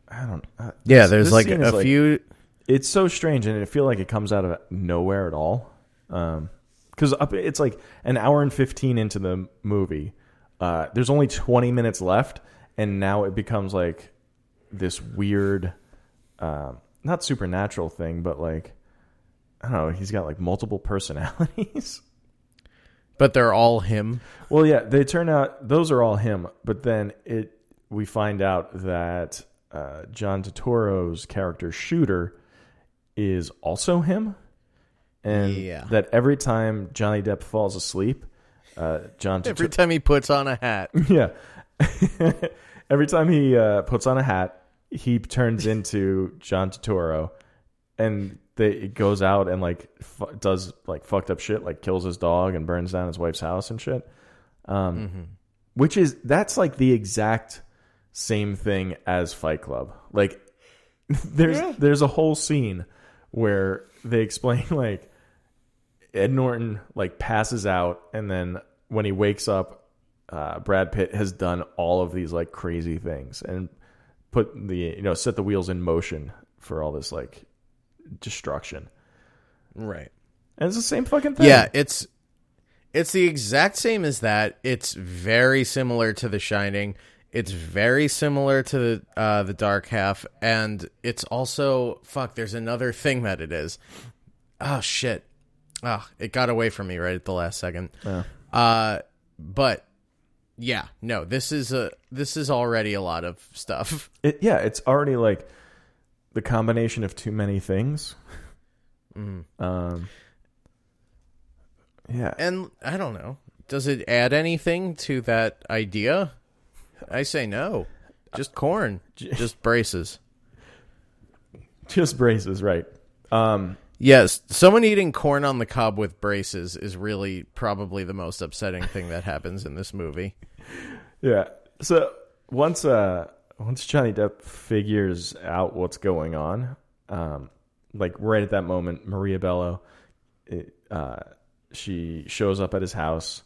i don't uh, Yeah, this- there's this like scene a is, few. it's so strange and i feel like it comes out of nowhere at all um because up it's like an hour and 15 into the movie uh there's only 20 minutes left and now it becomes like this weird um not supernatural thing but like i don't know he's got like multiple personalities But they're all him. well, yeah, they turn out those are all him, but then it we find out that uh, John Turturro's character Shooter is also him, and Yeah. that every time Johnny Depp falls asleep, uh, John Every Turturro, time he puts on a hat. yeah, every time he uh, puts on a hat, he turns into John Turturro, and they, it goes out and like fu- does like fucked up shit, like kills his dog and burns down his wife's house and shit Um, which is that's like the exact same thing as Fight Club. Like there's there's a whole scene where they explain like Ed Norton like passes out and then when he wakes up uh, Brad Pitt has done all of these like crazy things and put the you know set the wheels in motion for all this like destruction. Right. And it's the same fucking thing. Yeah, it's it's the exact same as that. It's very similar to The Shining. It's very similar to the uh, the Dark Half, and it's also fuck. There's another thing that it is. Oh shit! Ah, it got away from me right at the last second. Uh, but yeah, no, this is a this is already a lot of stuff. It, yeah, it's already like the combination of too many things. Um, yeah, And I don't know. Does it add anything to that idea? I say no. Just corn. Just braces. just braces, right? Um, Yes. Someone eating corn on the cob with braces is really probably the most upsetting thing that happens in this movie. yeah. So once uh, once Johnny Depp figures out what's going on, um, like right at that moment, Maria Bello, it, uh, she shows up at his house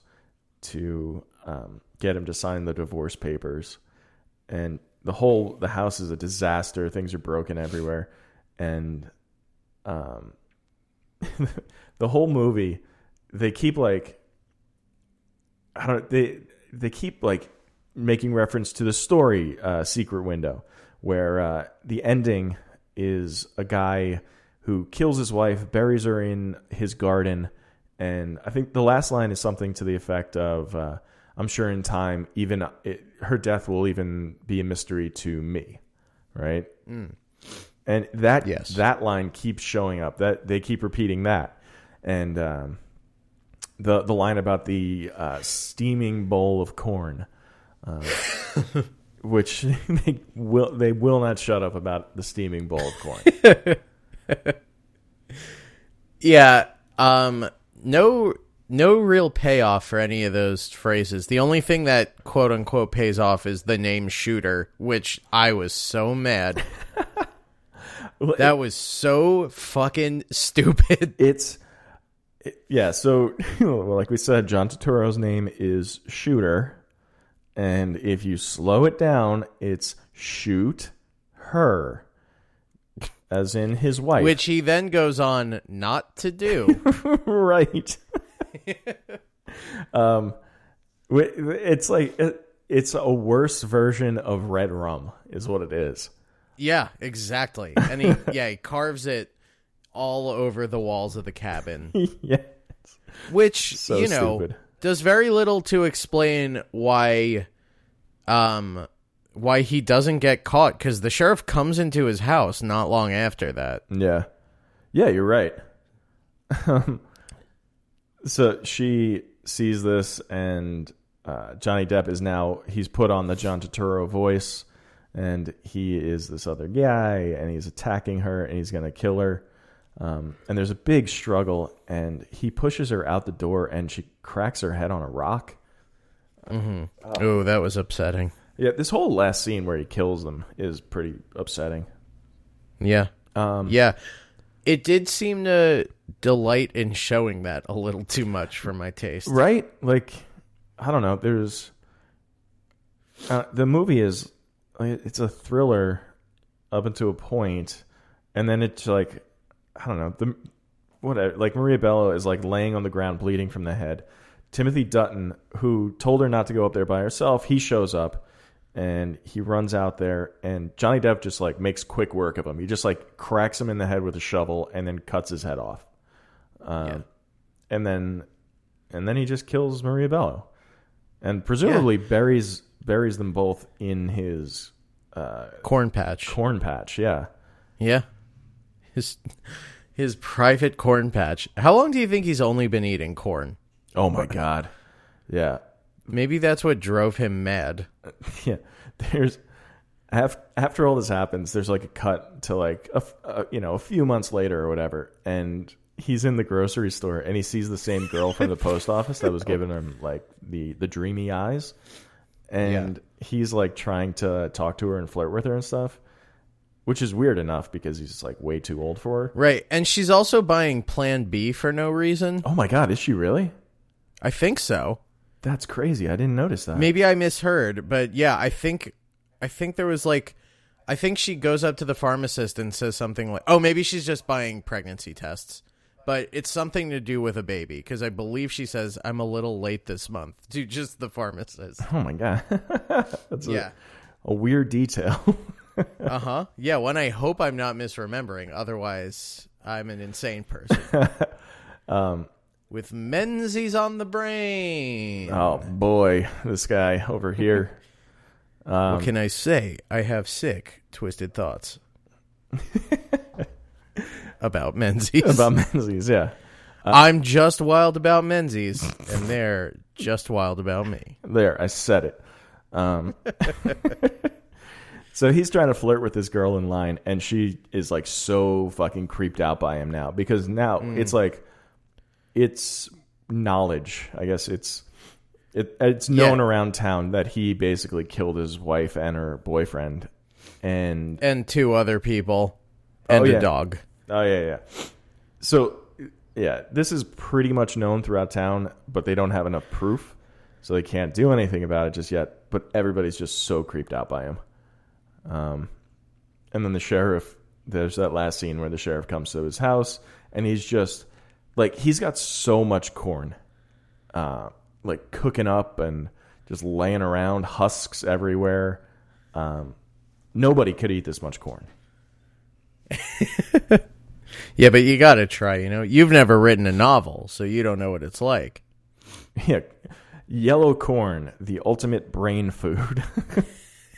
to um, get him to sign the divorce papers. and the whole the house is a disaster. Things are broken everywhere, and um, the whole movie they keep like I don't they they keep like making reference to the story uh, Secret Window, where uh, the ending is a guy who kills his wife, buries her in his garden, and I think the last line is something to the effect of. Uh, I'm sure in time, even it, her death will even be a mystery to me, right? And that Yes. that line keeps showing up. That they keep repeating that, and um, the the line about the uh, steaming bowl of corn, uh, which they will they will not shut up about the steaming bowl of corn. Yeah. Um. No. No real payoff for any of those phrases. The only thing that quote unquote pays off is the name Shooter, which I was so mad. that was so fucking stupid. it's it- yeah so well, like we said john turturro's name is shooter and if you slow it down it's shoot her as in his wife Which he then goes on not to do. right um wi- it's like it, it's a worse version of red rum is what it is yeah, exactly. And he yeah, he carves it all over the walls of the cabin. yeah which So you know stupid. does very little to explain why um why he doesn't get caught because the sheriff comes into his house not long after that Yeah. Yeah, you're right. Um, so she sees this, and uh, Johnny Depp is now, he's put on the John Turturro voice, and he is this other guy, and he's attacking her, and he's going to kill her. Um, and there's a big struggle, and he pushes her out the door, and she cracks her head on a rock. oh that was upsetting Yeah, this whole last scene where he kills them is pretty upsetting. yeah um yeah it did seem to delight in showing that a little too much for my taste right like i don't know there's uh, the movie is it's a thriller up until a point and then it's like i don't know the whatever like maria bello is like laying on the ground bleeding from the head timothy dutton who told her not to go up there by herself he shows up and he runs out there and johnny depp just like makes quick work of him he just like cracks him in the head with a shovel and then cuts his head off Um, Yeah. and then and then he just kills Maria Bello, and presumably buries buries them both in his corn patch corn patch. Yeah, yeah his his private corn patch how long do you think he's only been eating corn Oh my god. Yeah. maybe that's what drove him mad Yeah. There's af- after all this happens, there's like a cut to like a, f- a- you know, a few months later or whatever and he's in the grocery store and he sees the same girl from the post office that was giving him like the the dreamy eyes and he's like trying to talk to her and flirt with her and stuff, which is weird enough because he's like way too old for her. Right. And she's also buying Plan B for no reason. Oh my god, is she really? I think so. That's crazy. I didn't notice that. Maybe I misheard, but yeah, I think I think there was like I think she goes up to the pharmacist and says something like, "Oh, maybe she's just buying pregnancy tests." But it's something to do with a baby because I believe she says, "I'm a little late this month." To just the pharmacist. Oh my god. That's a- Yeah. a weird detail. Uh-huh. Yeah, one I hope I'm not misremembering, otherwise I'm an insane person. um Um, with Menzies on the brain. Oh boy, this guy over here. um, What can I say? I have sick, twisted thoughts about Menzies. about Menzies, yeah. I'm just wild about Menzies, and they're just wild about me. There, I said it. Um, so he's trying to flirt with this girl in line, and she is like so fucking creeped out by him now because now it's like it's knowledge. I guess it's it, it's known Yeah. around town that he basically killed his wife and her boyfriend, and And two other people, and Oh, yeah. a dog. Oh yeah, yeah. So yeah, this is pretty much known throughout town, but they don't have enough proof, so they can't do anything about it just yet. But everybody's just so creeped out by him. Um, and then the sheriff. There's that last scene where the sheriff comes to his house, and he's just like he's got so much corn, uh, like cooking up and just laying around, husks everywhere. Um, nobody could eat this much corn. Yeah, but you got to try, you know? You've never written a novel, so you don't know what it's like. Yeah, Yellow corn, the ultimate brain food.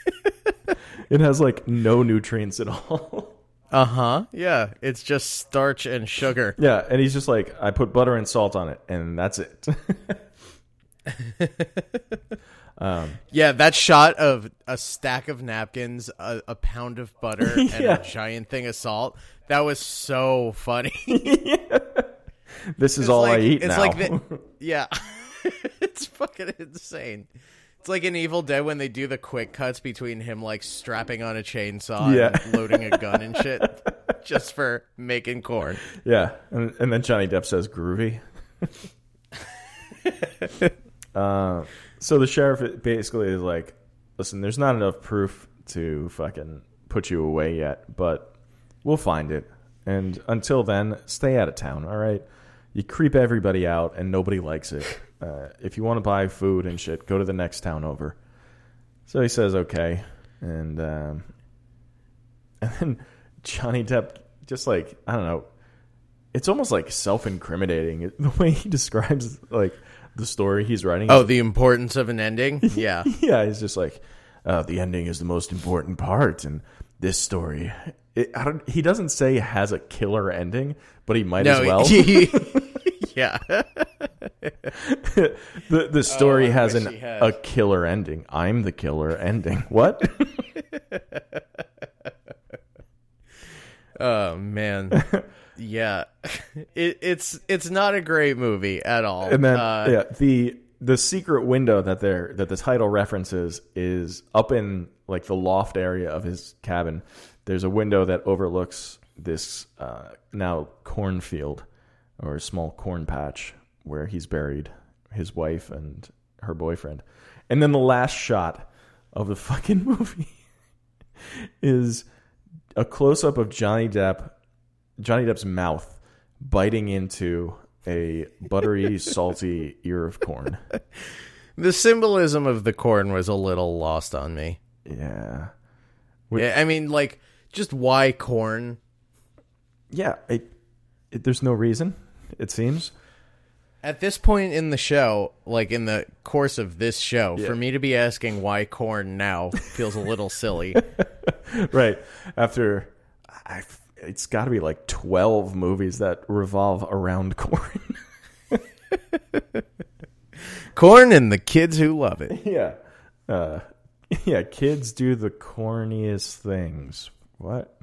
it has like no nutrients at all. Uh huh. Yeah, it's just starch and sugar. yeah, and he's just like, I put butter and salt on it, and that's it. Yeah, that shot of a stack of napkins, a, a pound of butter, and Yeah. a giant thing of salt. That was so funny. this is all like, I eat it's now. Like the, yeah, it's fucking insane. It's like in Evil Dead when they do the quick cuts between him like strapping on a chainsaw Yeah. and loading a gun and shit, just for making corn. Yeah, and, and then Johnny Depp says groovy. uh, so the sheriff basically is like, "Listen, there's not enough proof to fucking put you away yet, but we'll find it. And until then, stay out of town. All right, you creep everybody out, and nobody likes it. Uh, if you want to buy food and shit, go to the next town over." So he says, "Okay," and um, and then Johnny Depp just like I don't know it's almost like self-incriminating the way he describes like the story he's writing. Oh, the importance of an ending. Yeah, yeah, he's just like uh, the ending is the most important part, and this story. It, I don't. He doesn't say it has a killer ending, but he might as well. yeah, the the story Oh, I has wish an he had. a killer ending. I'm the killer ending. What? Oh man, yeah. It, it's it's not a great movie at all. And then Uh, yeah, the the secret window that they're that the title references is up in like the loft area of his cabin. There's a window that overlooks this uh, now cornfield or small corn patch where he's buried his wife and her boyfriend. And then the last shot of the fucking movie is a close up of Johnny Depp Johnny Depp's mouth biting into a buttery, salty ear of corn. the symbolism of the corn was a little lost on me. Yeah. Yeah, I mean, like, just why corn? Yeah. I, it, there's no reason, it seems. At this point in the show, like in the course of this show, for me to be asking why corn now feels a little silly. Right. After, I, it's got to be like 12 movies that revolve around corn. corn and the kids who love it. yeah. Uh, yeah. Kids do the corniest things. What?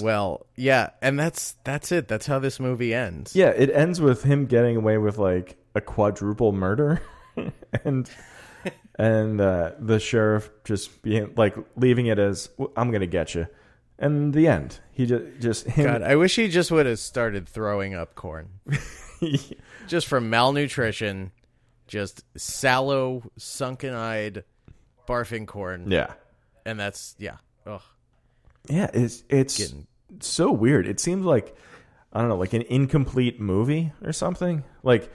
Well, yeah, and that's that's it. That's how this movie ends. Yeah. It ends with him getting away with like a quadruple murder. and. and uh, the sheriff just being like leaving it as "Well, I'm gonna get you, and the end. He just just him, God, I wish he just would have started throwing up corn. just from malnutrition, just sallow, sunken-eyed barfing corn. yeah, And that's yeah. Ugh. yeah. It's it's Getting- so weird. It seems like I don't know, like an incomplete movie or something. Like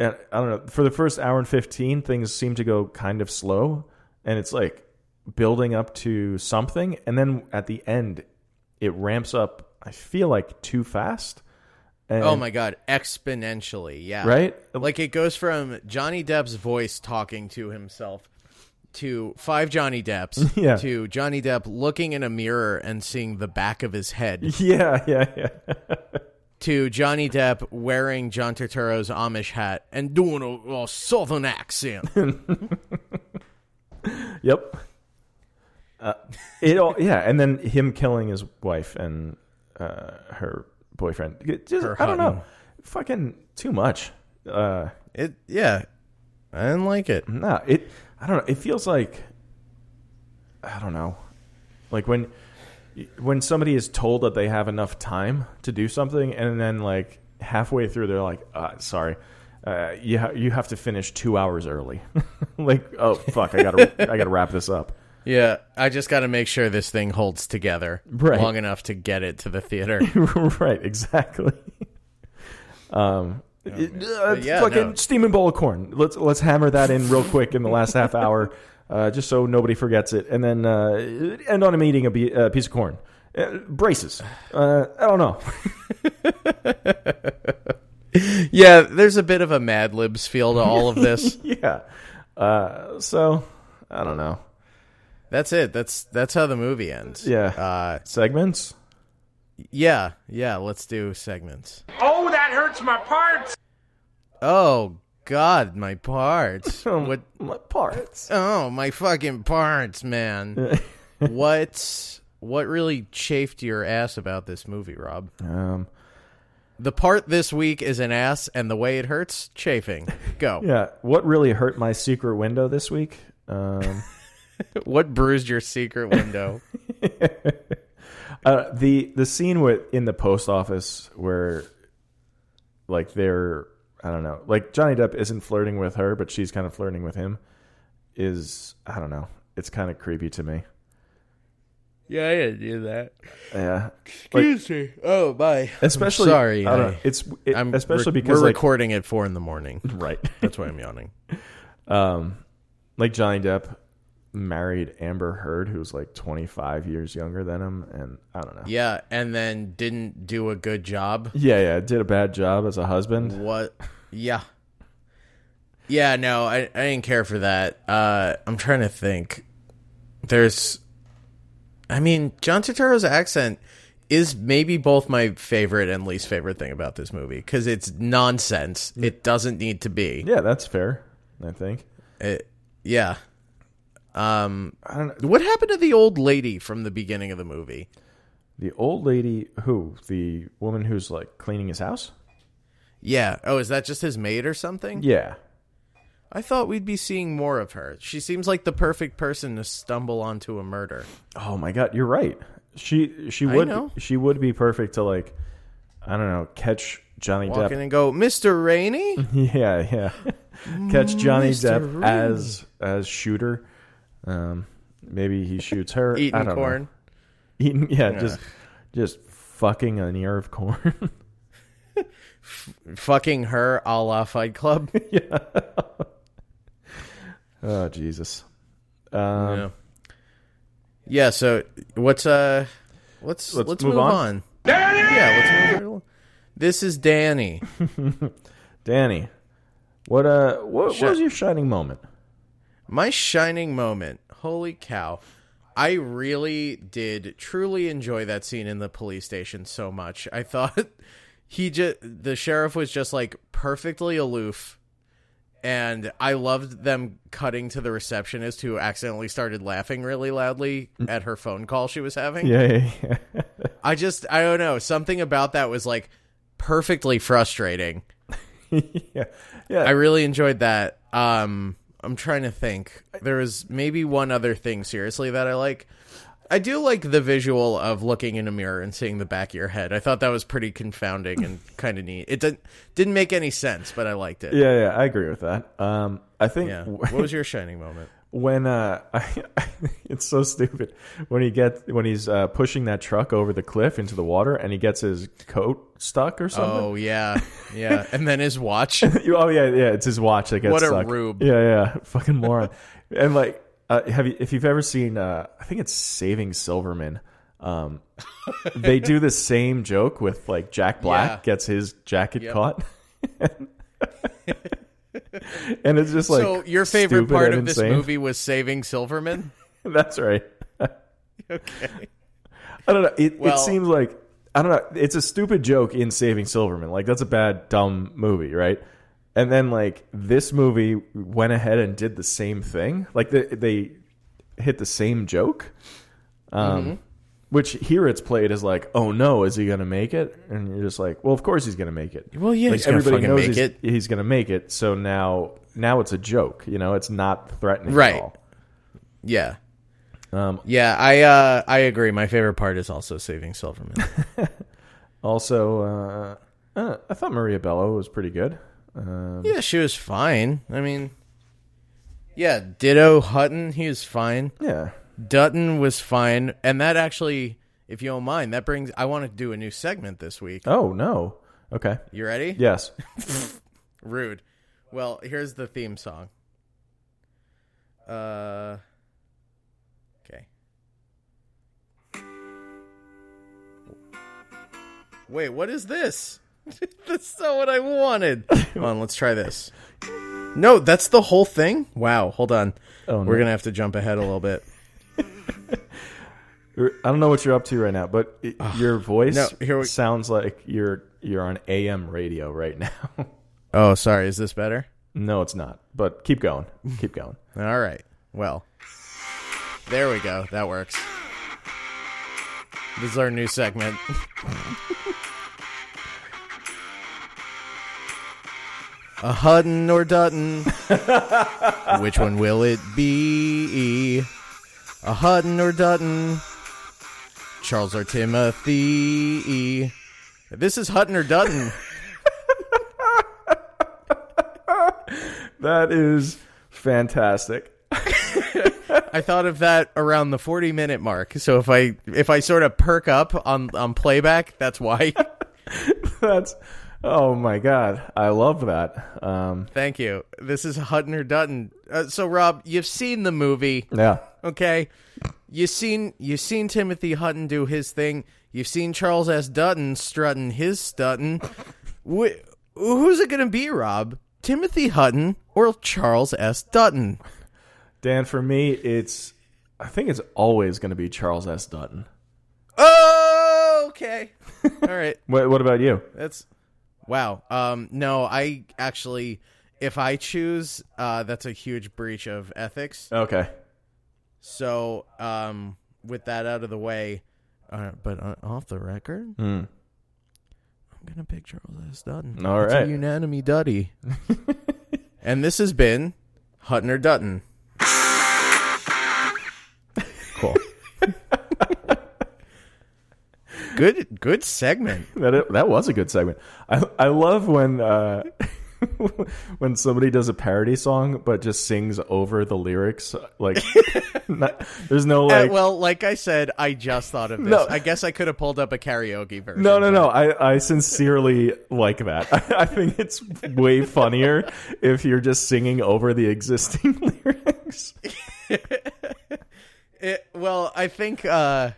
uh, I don't know. For the first hour and fifteen, things seem to go kind of slow, and it's like building up to something, and then at the end, it ramps up. I feel like too fast. And, Oh my god, exponentially. Yeah. Right? Like it goes from Johnny Depp's voice talking to himself to five Johnny Depps Yeah. to Johnny Depp looking in a mirror and seeing the back of his head Yeah, yeah, yeah. to Johnny Depp wearing John Turturro's Amish hat and doing a, a southern accent. Yep. Uh, it all, yeah, and then him killing his wife and uh, her boyfriend. It Just, Her I don't know, hubby. fucking too much. Uh, it yeah. I didn't like it. no, it. I don't know. It feels like I don't know, like when when somebody is told that they have enough time to do something, and then like halfway through, they're like, uh, "Sorry, uh, you ha- you have to finish two hours early." like, oh fuck, I gotta I gotta wrap this up. Yeah, I just got to make sure this thing holds together Right. long enough to get it to the theater. right, exactly. Um, it- uh, Oh, But yeah, fucking no. steaming bowl of corn. Let's let's hammer that in real quick in the last half hour, uh, just so nobody forgets it, and then uh, end on him eating a be- uh, piece of corn. Uh, braces. Uh, I don't know. yeah, there's a bit of a Mad Libs feel to all of this. yeah. Uh, so I don't know. that's it. That's that's how the movie ends. Yeah. Uh, Segments. yeah, yeah. Let's do segments. Oh, that hurts my parts! Oh God, my parts. what? What Um, parts? Oh, my fucking parts, man. what? What really chafed your ass about this movie, Rob? Um, The part this week is an ass, and the way it hurts, chafing. Go. yeah. What really hurt my secret window this week? Um, What bruised your secret window? uh, the the scene with in the post office where, like, they're I don't know, like Johnny Depp isn't flirting with her, but she's kind of flirting with him. Is I don't know. It's kind of creepy to me. yeah, I didn't do that. Yeah. Excuse me. Oh, bye. Especially. sorry, I don't I- know, it's it- I'm especially re- because we're like recording at four in the morning. right. That's why I'm yawning. um, like Johnny Depp married Amber Heard, who's like 25 years younger than him, and I don't know. Yeah, and then didn't do a good job. yeah, yeah, did a bad job as a husband. What? Yeah. Yeah, no, I, I didn't care for that. Uh, I'm trying to think. There's, I mean, John Turturro's accent is maybe both my favorite and least favorite thing about this movie because it's nonsense. It doesn't need to be. Yeah, that's fair. I think. It, yeah. Um, I don't know. what happened to the old lady from the beginning of the movie? The old lady who the woman who's like cleaning his house. Yeah. Oh, is that just his maid or something? Yeah. I thought we'd be seeing more of her. She seems like the perfect person to stumble onto a murder. Oh my God, you're right. She she I would know. she would be perfect to like I don't know catch Johnny Walk Depp. in and go, Mr. Rainey? Yeah, yeah. Catch Johnny Mr. Depp Rainey. as as shooter. Um, maybe he shoots her. I Eating don't know. corn. Eating, yeah, just just fucking an ear of corn. Fucking her a la Fight Club. oh Jesus. yeah. yeah, so what's uh let's let's, move, on. Yeah, let's move on. This is Danny. Danny, what uh, what, Shut- what was your shining moment? My shining moment. Holy cow. I really did truly enjoy that scene in the police station so much. I thought he just the sheriff was just like perfectly aloof and I loved them cutting to the receptionist who accidentally started laughing really loudly at her phone call she was having. Yeah, yeah, yeah. I just I don't know, something about that was like perfectly frustrating. yeah. yeah. I really enjoyed that. Um, I'm trying to think. There was maybe one other thing seriously that I like. I do like the visual of looking in a mirror and seeing the back of your head. I thought that was pretty confounding and kind of neat. It didn't didn't make any sense, but I liked it. yeah, yeah, I agree with that. Um, I think Yeah. What was your shining moment? when uh, I, it's so stupid when he gets when he's uh, pushing that truck over the cliff into the water and he gets his coat stuck or something. Oh yeah, yeah. And then his watch. You- Oh, yeah, yeah, it's his watch that gets What a stuck. rube. Yeah, yeah, fucking moron. and like, uh, have you if you've ever seen? Uh, I think it's Saving Silverman. Um, they do the same joke with like Jack Black Yeah. gets his jacket caught. and it's just like so your favorite stupid part and of this insane. movie was saving Silverman. That's right. I don't know. It, Well- it seems like I don't know. It's a stupid joke in Saving Silverman. Like that's a bad, dumb movie, right? And then like this movie went ahead and did the same thing. Like they, they hit the same joke, um, Mm-hmm. which here it's played as like, oh no, is he gonna make it? And you're just like, well, of course he's gonna make it. Well, yeah, like, he's gonna fucking make he's, it. He's gonna make it. So now, now it's a joke. You know, it's not threatening Right. at all. Yeah, Um, yeah. I uh, I agree. My favorite part is also saving Silverman. Also, uh, uh, I thought Maria Bello was pretty good. Um, Yeah, she was fine. I mean, yeah, Ditto Hutton, he was fine. yeah, Dutton was fine, and that actually, if you don't mind, that brings. I want to do a new segment this week. Oh no. Okay. You ready? Yes. Rude. Well, here's the theme song. Uh. Okay. Wait, what is this? That's not what I wanted. Come on, let's try this. No, that's the whole thing? Wow, hold on. Oh, no. We're going to have to jump ahead a little bit. You're- I don't know what you're up to right now, but it, your voice No, here we- sounds like you're you're on AM radio right now. Oh, sorry. Is this better? no, it's not. But keep going. Keep going. All right. Well, there we go. That works. This is our new segment. A Hutton or Dutton? Which one will it be? A Hutton or Dutton? Charles or Timothy? This is Hutton or Dutton. That is fantastic. I thought of that around the 40 minute mark. So if I if I sort of perk up on on playback, that's why. That's oh my god. I love that. Um, Thank you. This is Hutton or Dutton. Uh, so Rob, you've seen the movie, yeah. okay? You've seen you've seen Timothy Hutton do his thing. You've seen Charles S. Dutton strutting his stutton. Wh- who's it going to be, Rob? Timothy Hutton or Charles S. Dutton? Dan, for me, it's I think it's always going to be Charles S. Dutton. Okay. All right. What, what about you? That's wow. Um, no, I actually, if I choose, uh, that's a huge breach of ethics. Okay. So, um, with that out of the way, uh, but uh, off the record, I'm gonna pick Charles S. Dutton. Hmm. All It's a right. unanimous Duddy. and this has been Hutton or Dutton. Cool. good, good segment. That that was a good segment. I I love when uh, when somebody does a parody song but just sings over the lyrics. Like, not- there's no Uh, like. well, like I said, I just thought of this. No. I guess I could have pulled up a karaoke version. no, no, no. I, I sincerely like that. I, I think it's way funnier if you're just singing over the existing lyrics. It- well, I think uh,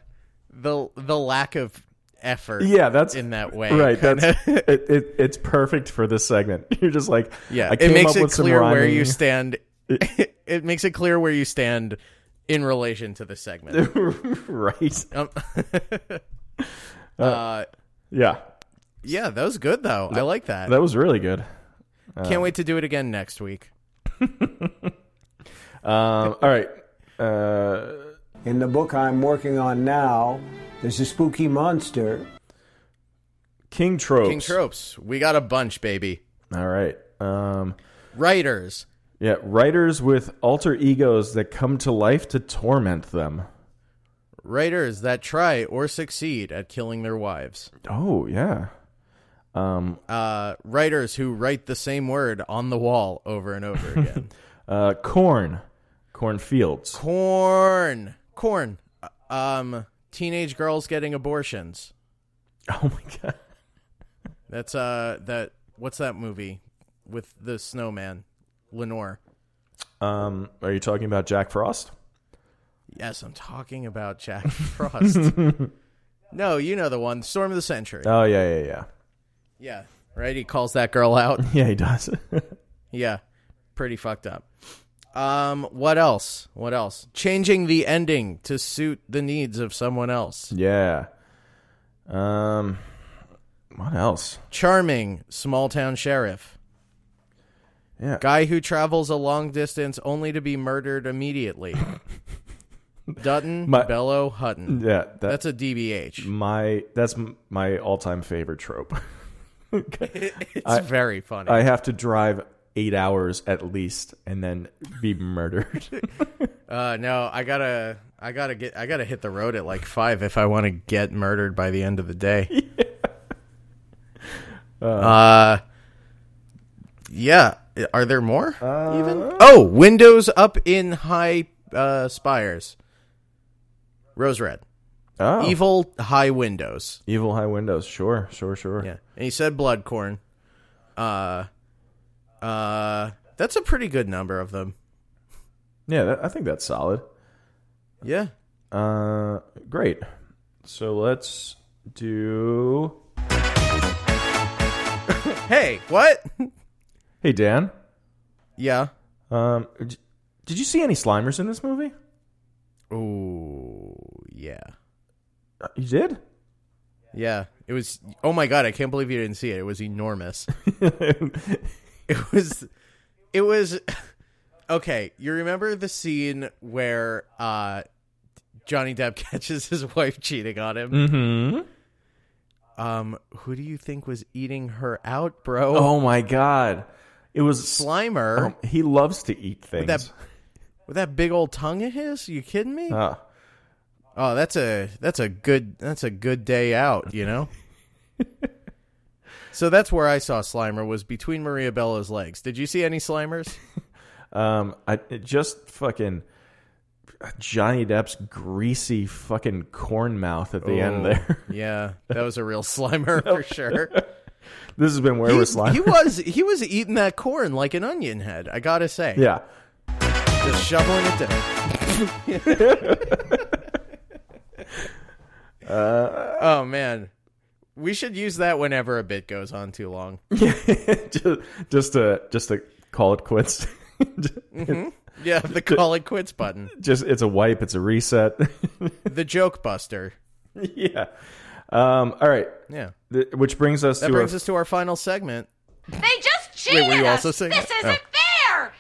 the the lack of effort. Yeah, that's in that way. Right. kinda- That's it, it. It's perfect for this segment. You're just like, yeah. I It came makes up it with some clear where you rhyming. stand. it makes it clear where you stand in relation to the segment. right. Um, uh, Yeah, yeah, that was good though. I like that. that was really good. Can't wait to do it again next week. Um, all right. Uh, In the book I'm working on now, there's a spooky monster King Tropes. King tropes. We got a bunch, baby. All right. Um, Writers. yeah, writers with alter egos that come to life to torment them. Writers that try or succeed at killing their wives. Oh yeah. Um, Uh, writers who write the same word on the wall over and over again. uh, corn, cornfields. Corn. Corn. Uh, Um, teenage girls getting abortions. Oh my god. That's uh that what's that movie with the snowman? Lenore. Um, are you talking about Jack Frost? Yes, I'm talking about Jack Frost. no, you know the one, Storm of the Century. Oh yeah, yeah, yeah. yeah. Right? He calls that girl out. Yeah, he does. Yeah. Pretty fucked up. Um, what else? What else? Changing the ending to suit the needs of someone else. yeah. Um, what else? Charming small town sheriff. Yeah. Guy who travels a long distance only to be murdered immediately. Dutton My- Bello Hutton. Yeah, Mm, that- That's a DBH. my that's m- my all-time favorite trope. It's very funny. I have to drive 8 hours at least and then be murdered. uh, no, I gotta, I gotta get, I gotta hit the road at like five if I want to get murdered by the end of the day. Uh, yeah. Are there more? Uh. even oh, windows up in high uh, spires. Rose red, oh. evil high windows. Evil High Windows. Sure, sure, sure. Yeah, and he said blood corn. Uh, uh, that's a pretty good number of them. Yeah, that, I think that's solid. Yeah, Uh, great. So let's do Hey, what? Hey, Dan. yeah. Um, d- did you see any Slimers in this movie? Ooh, yeah. Uh, You did? Yeah. It was Oh my god, I can't believe you didn't see it. It was enormous. it was it was Okay, you remember the scene where uh Johnny Depp catches his wife cheating on him? Mm-hmm. Um who do you think was eating her out, bro? Oh my God. It was Slimer. Um, he loves to eat things. that- With that big old tongue of his? you kidding me? Ah. oh, that's a that's a good that's a good day out, you know? so that's where I saw Slimer was between Maria Bella's legs. Did you see any Slimers? Um, I it just fucking uh, Johnny Depp's greasy fucking corn mouth at the end there. yeah, that was a real Slimer for sure. this has been where He, we're slime. he was he was eating that corn like an onion head. I gotta say, yeah. just shoveling it down. oh man, we should use that whenever a bit goes on too long. just, just to just to call it quits. Yeah, the call it quits button, just it's a wipe, it's a reset. the joke buster. yeah. Um, all right. Yeah, Th- which brings us that to brings our, us to our final segment. They just Wait, cheated were you us. also Oh. saying this that? isn't fair.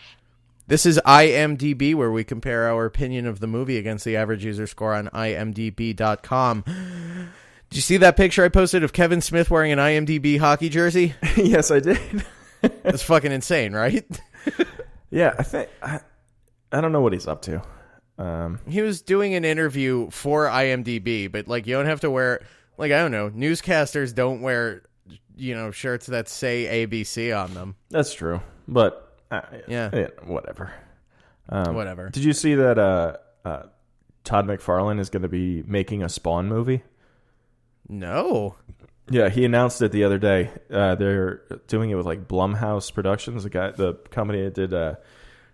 This is IMDb, where we compare our opinion of the movie against the average user score on IMDb.com. Did you see that picture I posted of Kevin Smith wearing an IMDb hockey jersey? yes, I did. That's fucking insane, right? yeah, I think I, I don't know what he's up to. Um, He was doing an interview for IMDb, but like you don't have to wear, like, I don't know, newscasters don't wear, you know, shirts that say ABC on them. that's true, but uh, Yeah. whatever. Whatever. Um, Did you see that uh, uh, Todd McFarlane is going to be making a Spawn movie? No. Yeah, he announced it the other day. Uh, they're doing it with like Blumhouse Productions, the guy, the company that did uh,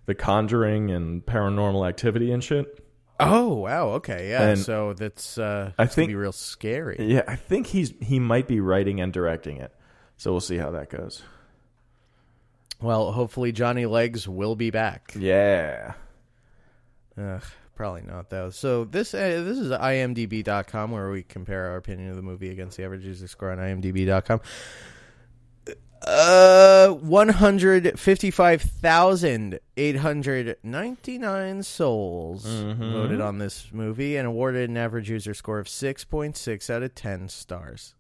The Conjuring and Paranormal Activity and shit. Oh, wow. Okay. Yeah. And- so that's, uh, I it's gonna think- be real scary. Yeah, I think he's he might be writing and directing it. So we'll see how that goes. Well, hopefully Johnny Legs will be back. Yeah. Ugh, probably not though. So this uh, this is imdb.com where we compare our opinion of the movie against the average user score on imdb.com. Uh, one hundred fifty-five thousand eight hundred ninety-nine souls voted on this movie and awarded an average user score of six point six out of ten stars.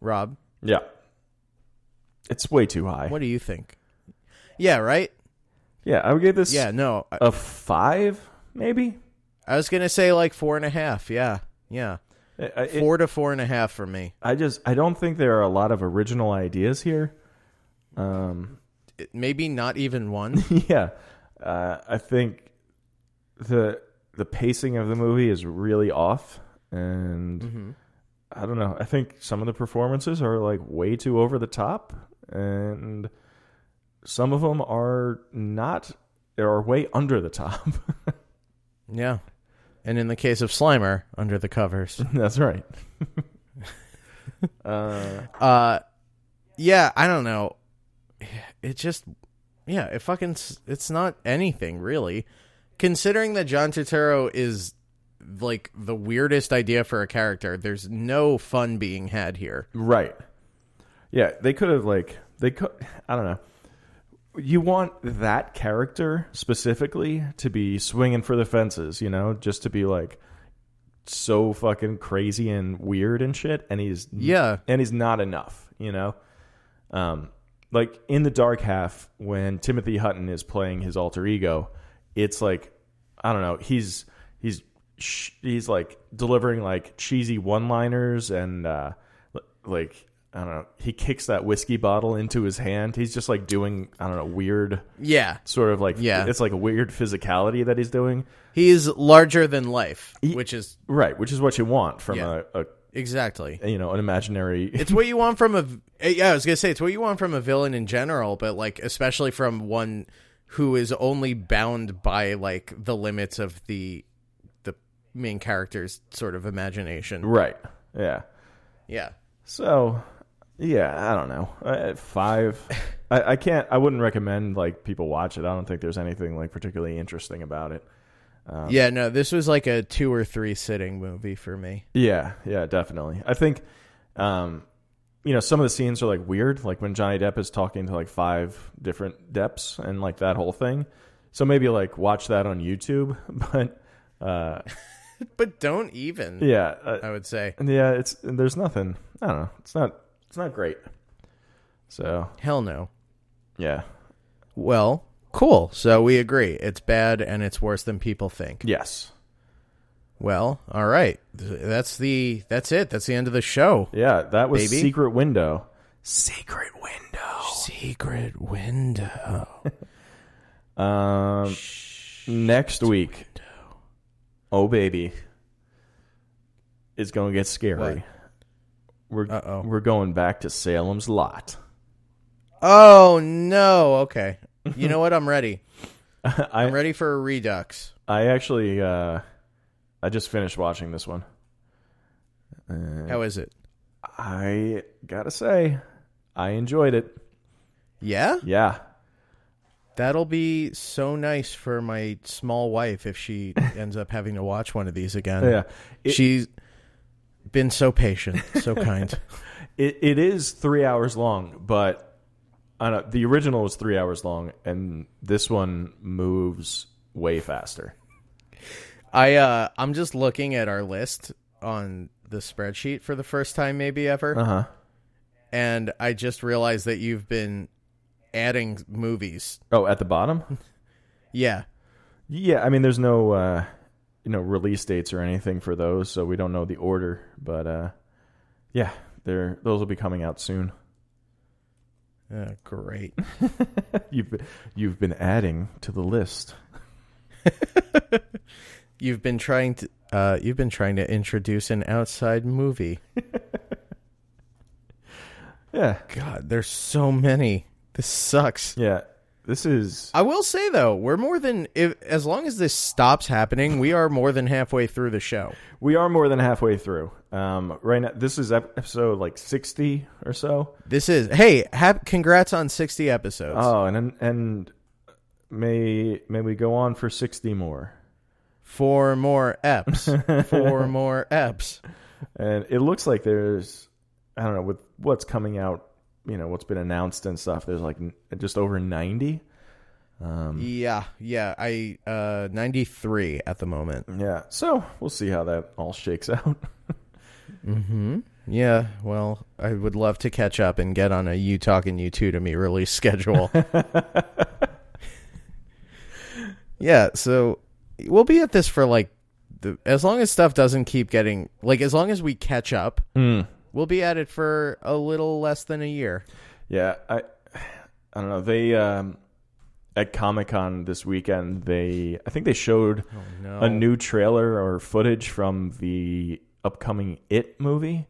Rob, Yeah. It's way too high. what do you think? Yeah, right. Yeah, I would give this Yeah, no, I, a five, maybe. I was gonna say like four and a half. Yeah, yeah. I- I- it- four to four and a half for me. I just I don't think there are a lot of original ideas here. Um, It- Maybe not even one. yeah, uh, I think the the pacing of the movie is really off, and I don't know. I think some of the performances are like way too over the top, and some of them are not. Are way under the top. yeah. And in the case of Slimer, under the covers. That's right. uh, Uh, yeah, I don't know. It just, yeah, it fucking, s- it's not anything really. Considering that John Turturro is like the weirdest idea for a character, there's no fun being had here. Right. Yeah, they could have like they could I don't know. You want that character specifically to be swinging for the fences, you know, just to be like so fucking crazy and weird and shit and he's Yeah. and he's not enough, you know. Um like in the dark half when Timothy Hutton is playing his alter ego, it's like I don't know, he's he's sh- he's like delivering like cheesy one-liners and uh li- like I don't know, he kicks that whiskey bottle into his hand. He's just like doing I don't know, weird Yeah. sort of like Yeah. it's like a weird physicality that he's doing. He is larger than life, which is Right, which is what you want from Yeah. a, exactly. a you know, an imaginary It's what you want from a. eh, Yeah, I was gonna say it's what you want from a villain in general, but like especially from one who is only bound by like the limits of the the main character's sort of imagination. right. Yeah. Yeah, So Yeah, I don't know. Uh, five. I, I can't. I wouldn't recommend like people watch it. I don't think there's anything like particularly interesting about it. um, yeah, no, this was like a two or three sitting movie for me. Yeah, yeah, definitely. I think, um, you know, some of the scenes are like weird, like when Johnny Depp is talking to like five different Depps and like that whole thing. So maybe like watch that on YouTube. But uh, But don't even, yeah, uh, I would say. yeah, it's there's nothing. I don't know. It's not. It's not great. So Hell no. yeah, Well, cool. So we agree. It's bad and it's worse than people think. yes, Well, all right. Th- That's the that's it. That's the end of the show. yeah. That was Baby? Secret Window. Secret Window. Secret window. Um, next week, oh baby, it's gonna get scary. We're Uh-oh. we're going back to Salem's Lot. Oh no. Okay. You know what? I'm ready. I'm I ready for a redux. I actually uh, I just finished watching this one. How is it? I gotta say, I enjoyed it. Yeah? Yeah, That'll be so nice for my small wife if she ends up having to watch one of these again. yeah. It, She's been so patient, so kind. it, it is three hours long, but I don't, the original was three hours long, and this one moves way faster. I uh I'm just looking at our list on the spreadsheet for the first time maybe ever. Uh-huh. And I just realized that you've been adding movies. Oh, at the bottom. Yeah. Yeah, I mean, there's no uh, you know release dates or anything for those, so we don't know the order. But uh, yeah, they're those will be coming out soon. Oh, great. You've you've been adding to the list. You've been trying to uh you've been trying to introduce an outside movie. Yeah, God, there's so many. This sucks. yeah. This is I will say though, we're more than if, as long as this stops happening, we are more than halfway through the show. we are more than halfway through. Um, right now, this is ep- episode like sixty or so. This is hey, have, congrats on sixty episodes. Oh, and and may may we go on for sixty more. Four more eps. Four more eps. And it looks like there's, I don't know, with what's coming out, you know, what's been announced and stuff, there's like n- just over 90. Yeah, yeah. I uh ninety three at the moment. Yeah. So we'll see how that all shakes out. Yeah, well, I would love to catch up and get on a you talking you two to me release schedule. yeah, so we'll be at this for like the, as long as stuff doesn't keep getting like as long as we catch up, Mm. we'll be at it for a little less than a year. yeah. I, I don't know. They, um, at Comic Con this weekend, they, I think they showed no. a new trailer or footage from the upcoming It movie.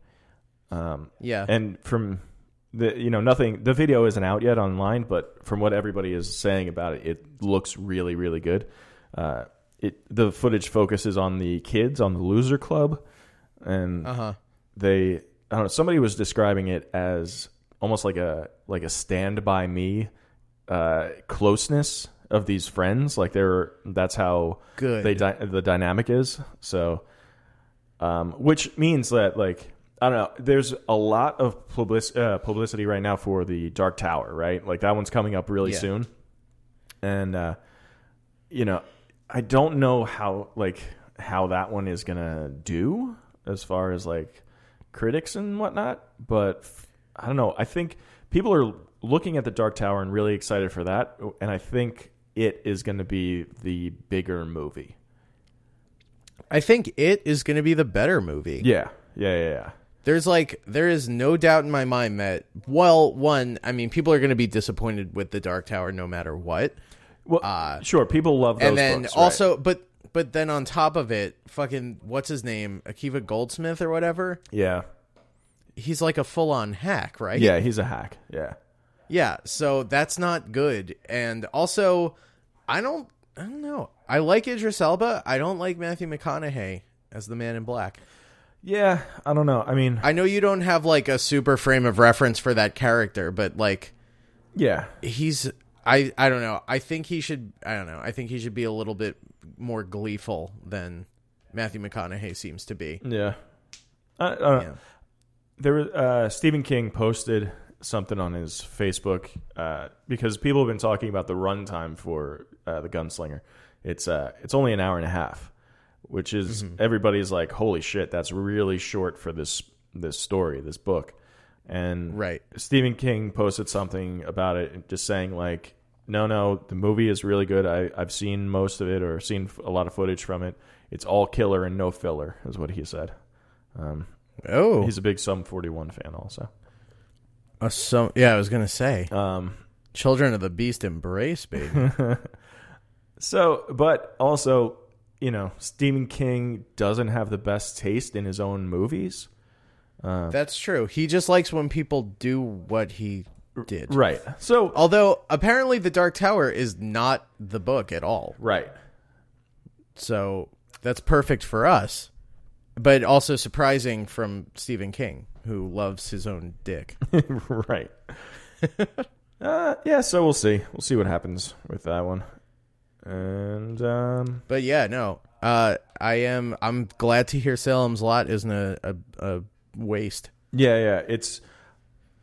Yeah. and from the you know nothing the video isn't out yet online but from what everybody is saying about it it looks really really good uh, it the footage focuses on the kids on the loser club and uh-huh. they i don't know somebody was describing it as almost like a like a stand by me uh, closeness of these friends like they're that's how Good. they dy the dynamic is so um, which means that like I don't know. There's a lot of public, uh, publicity right now for the Dark Tower, right? Like that one's coming up really Yeah. soon, and uh, you know, I don't know how like how that one is gonna do as far as like critics and whatnot, but f- I don't know. I think people are looking at the Dark Tower and really excited for that, and I think it is going to be the bigger movie. I think it is going to be the better movie. Yeah, yeah, yeah. yeah. There's like there is no doubt in my mind that well, one, I mean, people are going to be disappointed with the Dark Tower no matter what. Well, Uh, sure. People love those and then books, right? also but but then on top of it fucking what's his name akiva goldsmith or whatever yeah, he's like a full-on hack right yeah. He's a hack. Yeah, yeah so that's not good and also i don't i don't know i like idris elba i don't like matthew mcconaughey as the man in black Yeah, I don't know. I mean, I know you don't have like a super frame of reference for that character, but like yeah, he's I I don't know. I think he should I don't know. I think he should be a little bit more gleeful than Matthew McConaughey seems to be. yeah. I, I don't know. Yeah. There was uh, Stephen King posted something on his Facebook uh, because people have been talking about the runtime for uh, the Gunslinger. It's uh, it's only an hour and a half, which is Mm-hmm. everybody's like, holy shit, that's really short for this this story, this book. And Right. Stephen King posted something about it, just saying like, "No, no, the movie is really good. I, I've seen most of it, or seen f- a lot of footage from it. It's all killer and no filler," is what he said. Oh. He's a big Sum Forty One fan, also. Uh, so yeah, I was gonna say. Um, Children of the Beast embrace baby. So, but also, you know, Stephen King doesn't have the best taste in his own movies, That's true. He just likes when people do what he did. right? So, Although apparently the Dark Tower is not the book at all. right, So that's perfect for us. But also surprising from Stephen King, who loves his own dick. right. uh, yeah. So we'll see. We'll see what happens with that one. And um, But yeah, no. Uh, I am. I'm glad to hear Salem's Lot isn't a, a, a waste. Yeah, yeah. It's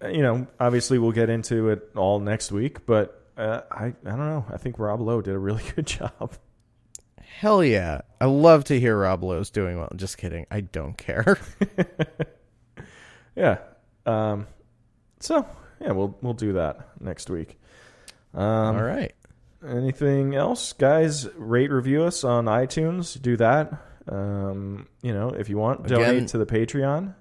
uh, you know, obviously we'll get into it all next week, but uh, I I don't know. I think Rob Lowe did a really good job. Hell yeah! I love to hear Rob Lowe's doing well. Just kidding. I don't care. Yeah. Um. So yeah, we'll we'll do that next week. All right. Anything else, guys? Rate review us on iTunes. Do that. Um. You know, if you want, donate Again- to the Patreon.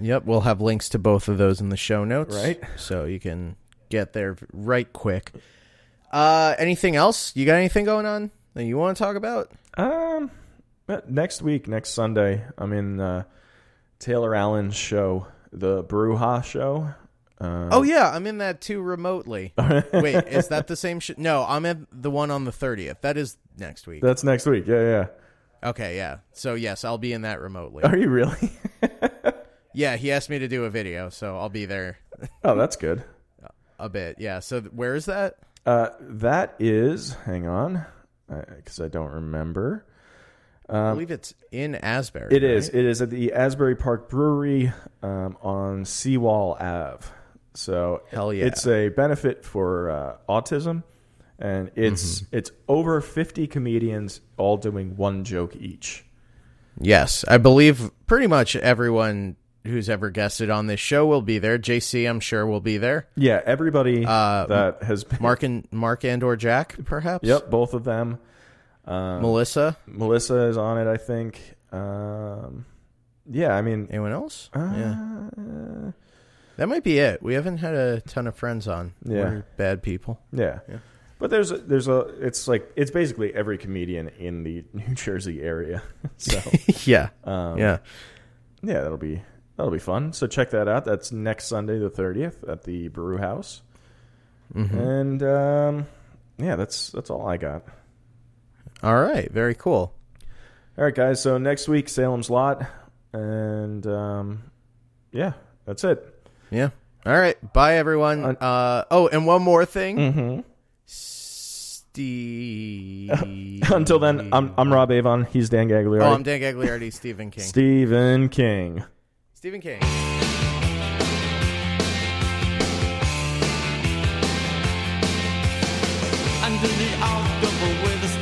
Yep. We'll have links to both of those in the show notes, Right. So you can get there right quick. Uh, anything else? You got anything going on that you want to talk about? Um, but next week, next Sunday, I'm in uh, Taylor Allen's show, the Bruja show. Uh, Oh yeah, I'm in that too remotely. Wait, is that the same shit? No, I'm at the one on the 30th. That is next week. That's next week. Yeah, yeah. Okay, yeah. So yes, I'll be in that remotely. Are you really? Yeah, he asked me to do a video, so I'll be there oh, that's good. a bit. Yeah. So th- where is that? Uh, that is, hang on, because I don't remember. I believe it's in Asbury. Um, It is. It is at the Asbury Park Brewery um, on Seawall Ave. So Hell yeah. it's a benefit for uh, autism, and it's it's over fifty comedians all doing one joke each. Yes, I believe pretty much everyone who's ever guested on this show will be there. JC, I'm sure, will be there. Yeah, Uh, everybody that has been, Mark and Mark and or Jack, perhaps. Yep, both of them. Melissa. Melissa is on it, I think. Um, yeah, I mean, Anyone else? yeah. That might be it. We haven't had a ton of friends on. Yeah. We're bad people. Yeah. But there's a, there's a it's like it's basically every comedian in the New Jersey area. So yeah. yeah. yeah, that'll be that'll be fun. So check that out. That's next Sunday the 30th at the Brew House. Mm-hmm. And um yeah, that's that's all I got. All right. Very cool. All right guys, so next week Salem's Lot and um yeah, that's it. Yeah. All right. Bye, everyone. Uh, oh, and one more thing. Mm-hmm. Steve. Until then, I'm I'm Rob Avon, he's Dan Gagliardi. oh, I'm Dan Gagliardi, Stephen King. Stephen King. Stephen King. Under the outdoor with a